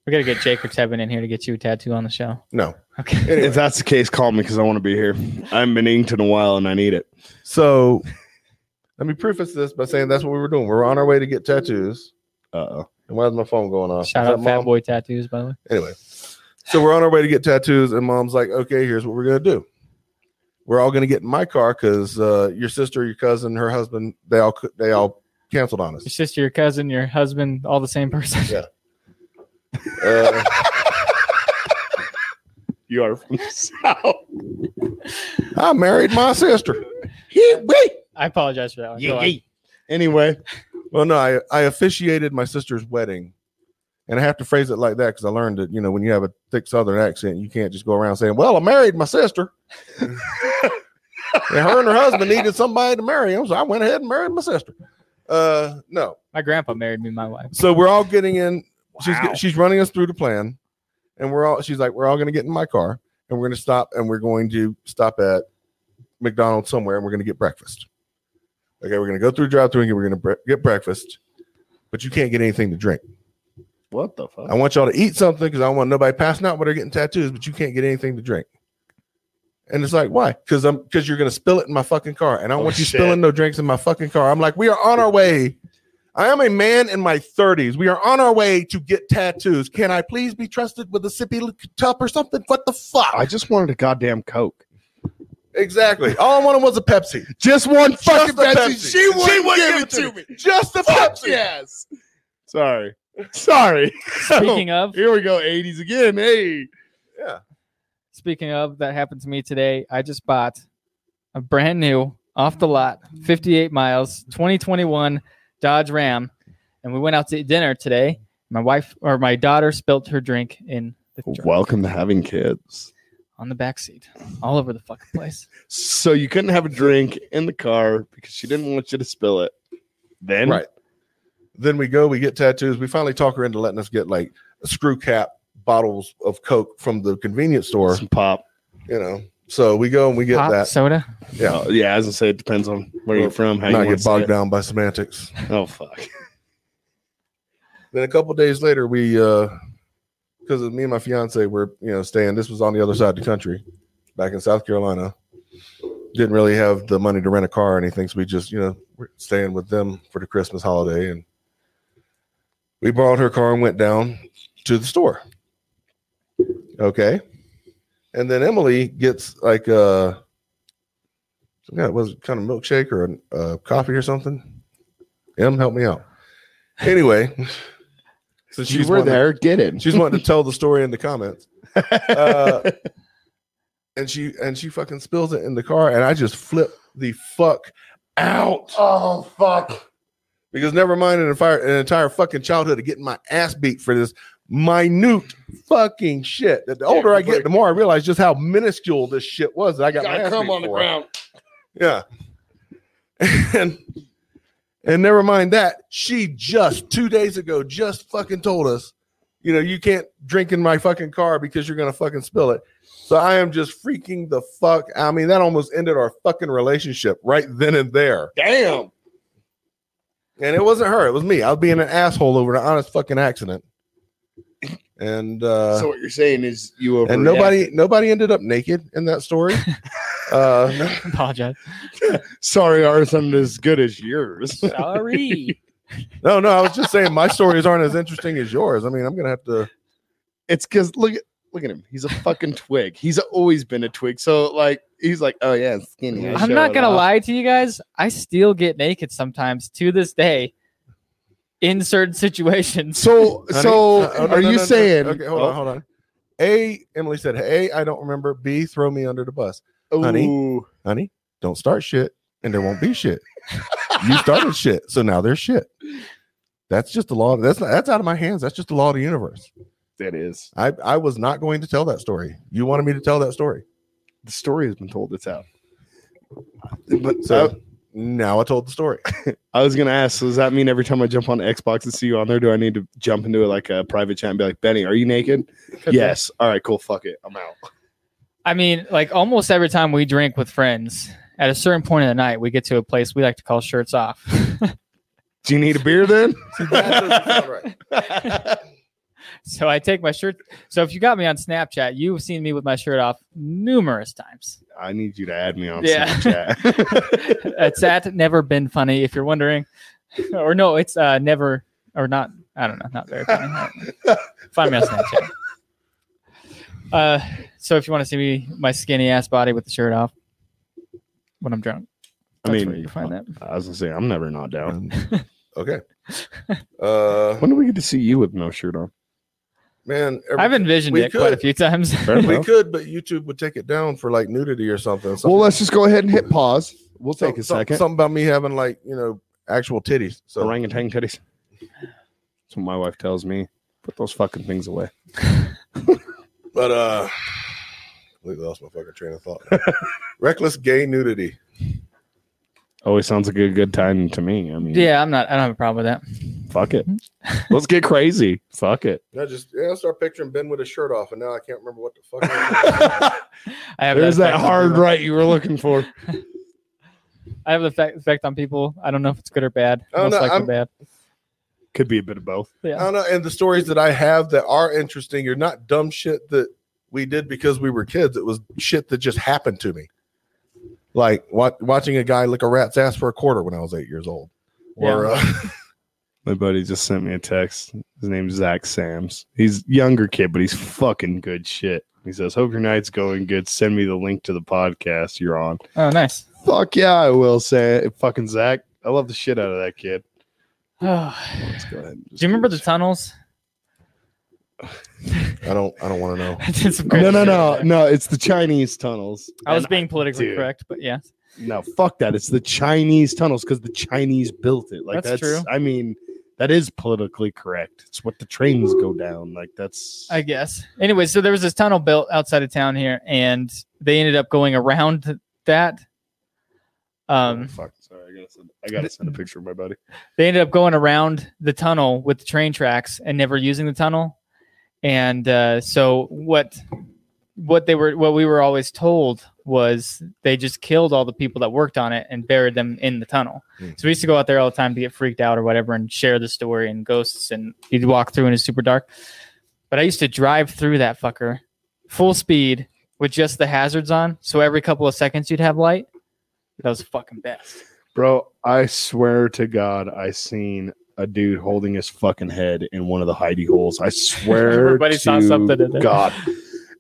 We gotta get Jake or Tevin in here to get you a tattoo on the show. no, Okay. Anyway. If that's the case, call me because I want to be here. I haven't been inked in a while and I need it. So let me preface this by saying that's what we were doing. We were on our way to get tattoos. Uh oh. And why is my phone going off? Shout Is that out Fat mom? Boy Tattoos, by the way. Anyway, so we're on our way to get tattoos, and mom's like, okay, here's what we're going to do. We're all going to get in my car because uh, your sister, your cousin, her husband, they all cou- they all canceled on Your us. sister, your cousin, your husband, all the same person. Yeah. Uh, You are from the South. I married my sister. I apologize for that one. Go on. Anyway, Well, no, I, I officiated my sister's wedding. And I have to phrase it like that because I learned that, you know, when you have a thick Southern accent, you can't just go around saying, well, I married my sister. and her and her husband needed somebody to marry him. So I went ahead and married my sister. Uh, no. My grandpa married me, my wife. So we're all getting in. She's, she's running us through the plan. And we're all, she's like, we're all going to get in my car and we're going to stop and we're going to stop at McDonald's somewhere and we're going to get breakfast. Okay. We're going to go through drive through and we're going to bre- get breakfast, but you can't get anything to drink. what the fuck? I want y'all to eat something because I don't want nobody passing out while they're getting tattoos, but you can't get anything to drink. And it's like, why? Because I'm because you're gonna spill it in my fucking car, and I don't Oh, want you shit. spilling no drinks in my fucking car. I'm like, we are on our way. I am a man in my 30s. We are on our way to get tattoos. Can I please be trusted with a sippy l- cup or something? What the fuck? I just wanted a goddamn Coke. exactly. All I wanted was a Pepsi. Just one fucking Just a Pepsi. Pepsi. She wouldn't, She wouldn't give, it to me. Just a Fuck Pepsi. yes. Sorry. Sorry. Oh. Speaking of, Here we go, 80s again. Hey. speaking of, that happened to me today. I just bought a brand new, off the lot, 58 miles, 2021 Dodge Ram, and we went out to dinner today. My wife or my daughter spilt her drink in the Oh, drink, Welcome to having kids. on the back seat, all over the fucking place. So you couldn't have a drink in the car because she didn't want you to spill it. Then Right. Then we go, we get tattoos. We finally talk her into letting us get like a screw cap bottles of Coke from the convenience store, some pop. you know. So we go and we get Pop that. soda. Yeah. Oh, yeah, as I say, it depends on where Well, you're from, how you Not want get to bogged say down by semantics. it. Oh fuck. Then a couple days later, we uh because me and my fiance were, you know, staying. This was on the other side of the country, back in South Carolina. Didn't really have the money to rent a car or anything, so we just, you know, were staying with them for the Christmas holiday, and we borrowed her car and went down to the store. Okay, and then Emily gets like uh, yeah, it was kind of milkshake or a uh, coffee or something. Em, help me out. Anyway, since you were one of- there, get it. She's wanting to tell the story in the comments. Uh, and she and she fucking spills it in the car, and I just flip the fuck out. oh fuck. Because never mind an entire an entire fucking childhood of getting my ass beat for this minute fucking shit. That the older I get, the more I realize just how minuscule this shit was. That I got my ass beat for. Yeah. And and never mind that, she just two days ago just fucking told us, you know, you can't drink in my fucking car because you're gonna fucking spill it. So I am just freaking the fuck. I mean, that almost ended our fucking relationship right then and there. Damn. And it wasn't her, it was me. I was being an asshole over an honest fucking accident. And uh so what you're saying is you overreacted. and nobody nobody ended up naked in that story. uh Apologize. Sorry, ours isn't as good as yours. Sorry. no, no, I was just saying my stories aren't as interesting as yours. I mean, I'm gonna have to It's because look at look at him. He's a fucking twig. He's always been a twig. So like he's like, oh yeah, it's skinny. I I'm show not it gonna off." lie to you guys. I still get naked sometimes to this day in certain situations. So Honey, so uh, oh, no, are no, you no, no. saying? Okay, hold Oh, on, hold on. A, Emily said, "Hey, I don't remember." B, throw me under the bus, honey. ooh. honey. Don't start shit, and there won't be shit. you started shit, so now there's shit. That's just the law. That's not, that's out of my hands. That's just the law of the universe. That is I I was not going to tell that story. You wanted me to tell that story, the story has been told. It's out. But so now I told the story. I, I was gonna ask. So does that mean every time I jump on Xbox and see you on there, do I need to jump into like a private chat and be like, Benny, are you naked? yes. All right. Cool. Fuck it. I'm out. I mean, like almost every time we drink with friends, at a certain point in the night, we get to a place we like to call shirts off. Do you need a beer then? so I take my shirt. So if you got me on Snapchat, you've seen me with my shirt off numerous times. I need you to add me on Yeah. Snapchat. it's at never been funny if you're wondering or no it's uh never or not i don't know not very funny find me on snapchat uh so if you want to see me my skinny ass body with the shirt off when i'm drunk I that's mean, where you find that I was gonna say I'm never not down. Um, okay. Uh, When do we get to see you with no shirt on? man, every- i've envisioned we it quite a could. few times Fair we enough. could, but YouTube would take it down for like nudity or something. Well, let's just go ahead and hit pause. We'll Some- take a some- second. Something about me having like you know actual titties. So Orangutan titties. That's what my wife tells me. Put those fucking things away. But uh completely lost my fucking train of thought. Reckless gay nudity. Always sounds like a good time to me. I mean, yeah i'm not i don't have a problem with that fuck it. Mm-hmm. Let's get crazy. Fuck it. And I just yeah, I start picturing Ben with his shirt off, and now I can't remember what the fuck. I was doing. There's i have that effect on hard people. right you were looking for. i have the effect, effect on people i don't know if it's good or bad Oh, most no, likely I'm- bad Could be a bit of both. I yeah don't know. And the stories that I have that are interesting, you're not dumb shit that we did because we were kids. It was shit that just happened to me. Like wa- watching a guy lick a rat's ass for a quarter when I was eight years old. Or uh, My buddy just sent me a text. His name's Zach Sams. He's a younger kid, but he's fucking good shit. He says, "Hope your night's going good. Send me the link to the podcast you're on." oh nice Fuck yeah, I will say it. Fucking Zach, I love the shit out of that kid. oh. Let's go ahead. and just do you remember the this. tunnels I don't I don't want to know. I did some crazy No, no, shit over no, there. no. It's the Chinese tunnels. I was And being politically dude. correct, but yeah. no, fuck that. It's the Chinese tunnels because the Chinese built it. Like That's that's, true. I mean, that is politically correct. It's what the trains go down. Like that's. I guess. Anyway, so there was this tunnel built outside of town here, and they ended up going around that. Oh, Um, fuck. Sorry, I gotta send. I gotta send a picture of my buddy. they ended up going around the tunnel with the train tracks and never using the tunnel. And uh, so what? What they were, what we were always told was they just killed all the people that worked on it and buried them in the tunnel. Hmm. So we used to go out there all the time to get freaked out or whatever and share the story and ghosts and you'd walk through and it's super dark. But I used to drive through that fucker full speed with just the hazards on. So every couple of seconds you'd have light. That was fucking best. Bro, I swear to God, I seen a dude holding his fucking head in one of the hidey holes. I swear Everybody to saw something in there. God.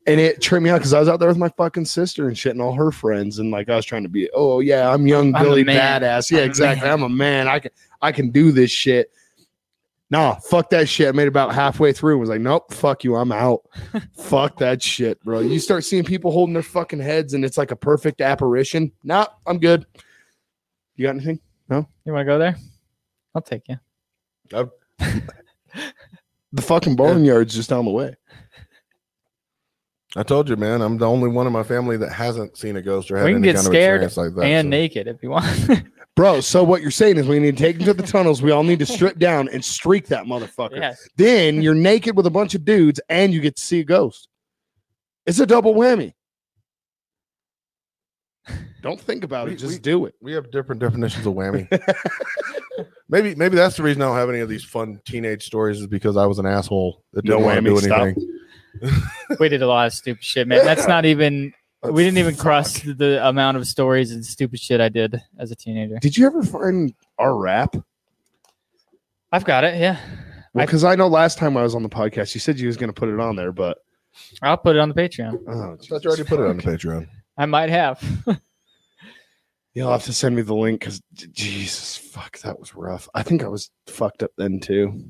And it tripped me out because I was out there with my fucking sister and shit and all her friends. And like I was trying to be, oh yeah, I'm young I'm a Billy man. badass. Yeah, I'm a exactly. man. I'm a man. I can I can do this shit. Nah, fuck that shit. I made it about halfway through and was like, nope, fuck you, I'm out. fuck that shit, bro. You start seeing people holding their fucking heads and it's like a perfect apparition. Nah, I'm good. You got anything? You want to go there? I'll take you. The fucking bowling yard's just down the way. I told you, man, I'm the only one in my family that hasn't seen a ghost or had We can any get kind of scared experience like that. and so- naked if you want. Bro, so what you're saying is we need to take him to the tunnels. We all need to strip down and streak that motherfucker. yeah. Then you're naked with a bunch of dudes and you get to see a ghost. It's a double whammy. Don't think about We- it. Just we- do it. We have different definitions of whammy. maybe maybe that's the reason I don't have any of these fun teenage stories is because I was an asshole that No didn't want to whammy, do stop. anything. we did a lot of stupid shit, man. That's not even. We didn't even cross the amount of stories and stupid shit I did as a teenager. Did you ever find our rap? I've got it. Yeah, I- Because I know last time I was on the podcast, you said you was going to put it on there, but I'll put it on the Patreon. oh, I thought you already put it on the Patreon. I might have. You'll have to send me the link because Jesus fuck, that was rough. I think I was fucked up then too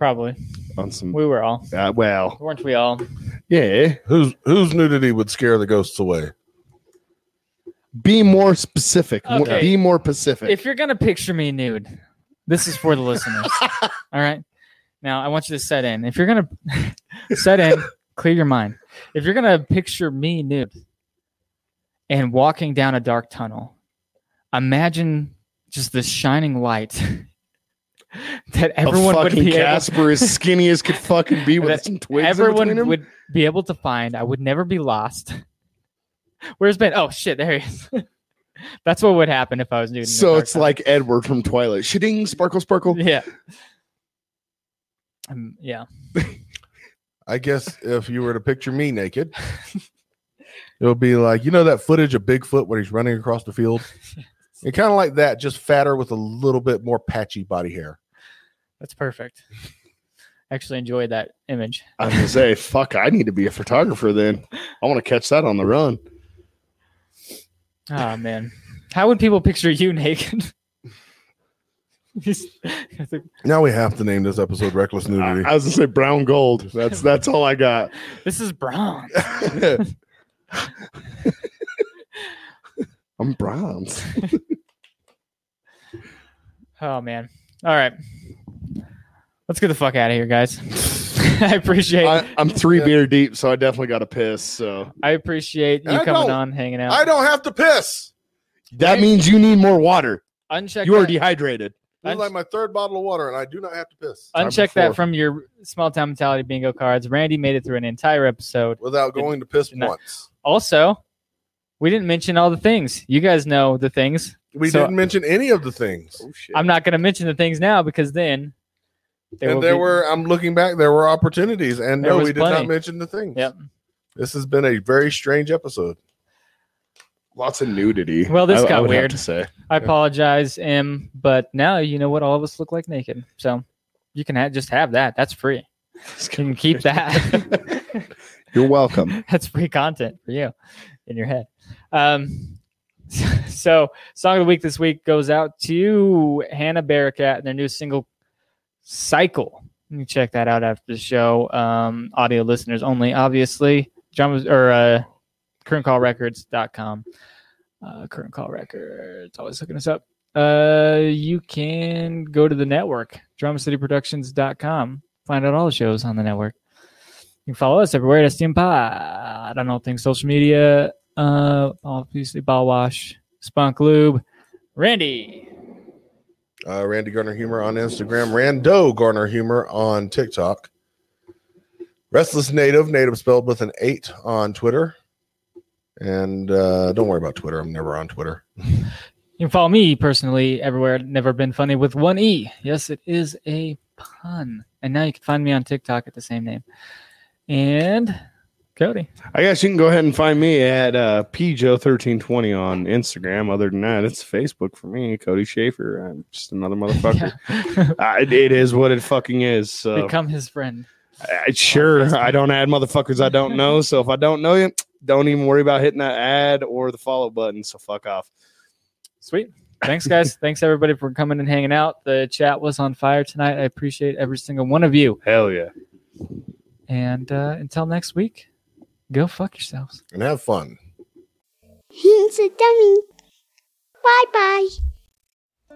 Probably. on some. We were all. Uh, well, Weren't we all? yeah. Who's whose nudity would scare the ghosts away? Be more specific. Mo- Okay. Be more Pacific. If you're gonna picture me nude, this is for the listeners. all right. Now I want you to set in. If you're gonna set in, clear your mind. If you're gonna picture me nude and walking down a dark tunnel, imagine just the shining light that everyone a would fucking be able Casper as skinny as could fucking be with That some twigs. in everyone between would be able to find. I would never be lost. Where's Ben? Oh shit, there he is. That's what would happen if I was nude. him. in the So dark it's tunnel. like Edward from Twilight. Shading, sparkle, sparkle. yeah, Um, yeah. I guess if you were to picture me naked, it would be like you know that footage of Bigfoot when he's running across the field. It's kind of like that, just fatter with a little bit more patchy body hair. That's perfect. Actually enjoyed that image. I'm gonna say, fuck, I need to be a photographer then. I want to catch that on the run. Oh man, how would people picture you naked? Just- I think- Now we have to name this episode "Reckless I, Nudity." I was gonna say brown gold. That's that's all I got. this is bronze. I'm bronze. Oh man. All right. Let's get the fuck out of here, guys. I appreciate I, I'm three Yeah. beer deep, so I definitely got to piss. So I appreciate you I coming don't- on, hanging out. I don't have to piss. that means you need more water. uncheck You are that, dehydrated. This un- is like my third bottle of water, and I do not have to piss uncheck before. that from your small town mentality bingo cards. Randy made it through an entire episode. without going to piss Did not- once. Also, we didn't mention all the things. You guys know the things. We So- didn't mention any of the things. Oh shit! I'm not going to mention the things now because then there will and there be- were, I'm looking back, there were opportunities, and There no, was we did plenty. not mention the things. Yep. This has been a very strange episode. Lots of nudity. Well, this I- I got would have weird. to say I apologize, M, but now you know what all of us look like naked. So you can ha- just have that. That's free. You can keep that. you're welcome. That's free content for you in your head. Um, so, song of the week this week goes out to Hannah Barracat and their new single "Cycle." You can check that out after the show. Um, audio listeners only, obviously. Drums or uh, currentcallrecords.com. Uh, current call records always hooking us up. Uh, you can go to the network drumcityproductions.com. Find out all the shows on the network. You can follow us everywhere at STM Pod on all things social media. Uh, obviously, Ball Wash, Spunk Lube, Randy. Uh, Randy Garner Humor on Instagram, Rando Garner Humor on TikTok, Restless Native, Native spelled with an eight on Twitter. And uh, don't worry about Twitter. I'm never on Twitter. You can follow me personally everywhere. at Never been funny with one E. Yes, it is a pun. And now you can find me on TikTok at the same name. And Cody. I guess you can go ahead and find me at uh, pjo1320 on Instagram. Other than that, it's Facebook for me. Cody Schaefer. I'm just another motherfucker. Yeah. Uh, it, it is what it fucking is. So. Become his friend. I, sure, I don't add motherfuckers I don't know. So if I don't know you, don't even worry about hitting that ad or the follow button. So fuck off. Sweet. Thanks, guys. Thanks, everybody, for coming and hanging out. The chat was on fire tonight. I appreciate every single one of you. Hell yeah. And uh, until next week, go fuck yourselves. And have fun. He's a dummy. Bye bye.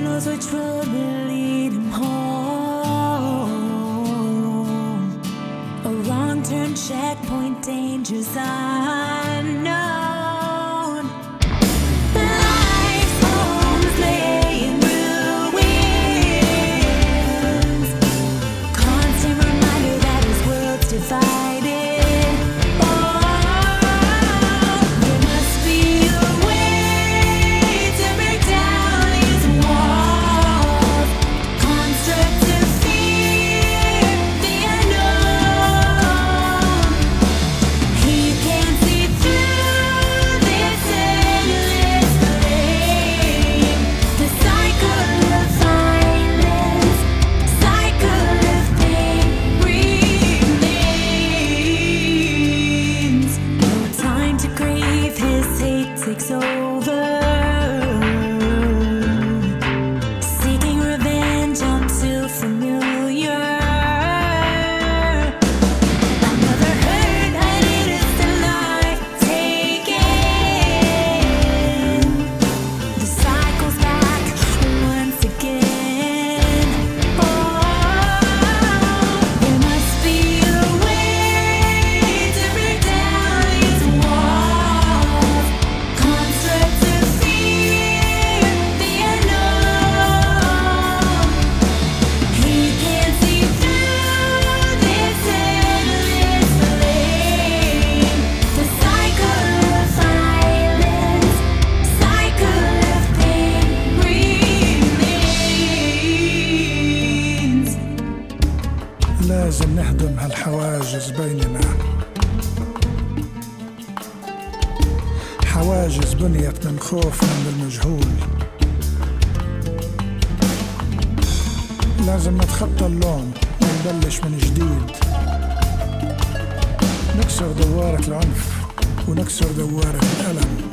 knows which road will lead him home. A wrong turn checkpoint, dangers unknown. Life's homes lay in ruins. Constant reminder that his world's divided. Oh, there must be a way to break down these walls. Construct to fear the unknown. He can see through this endless flame. The cycle of violence, cycle of pain remains. No time to grieve. His hate takes over. Seeking revenge on too familiar. Another hurt and it is the life taken. The cycle's back once again. Oh, there must be a way to break down these walls. Constructs of fear, the unknown. He can see through this endless flame. The cycle of violence, cycle of pain remains. لازم نهدم هالحواجز بيننا حواجز بنيت من خوفنا من المجهول لازم نتخطى اللوم ونبلش من جديد نكسر دوارة العنف ونكسر دوارة الألم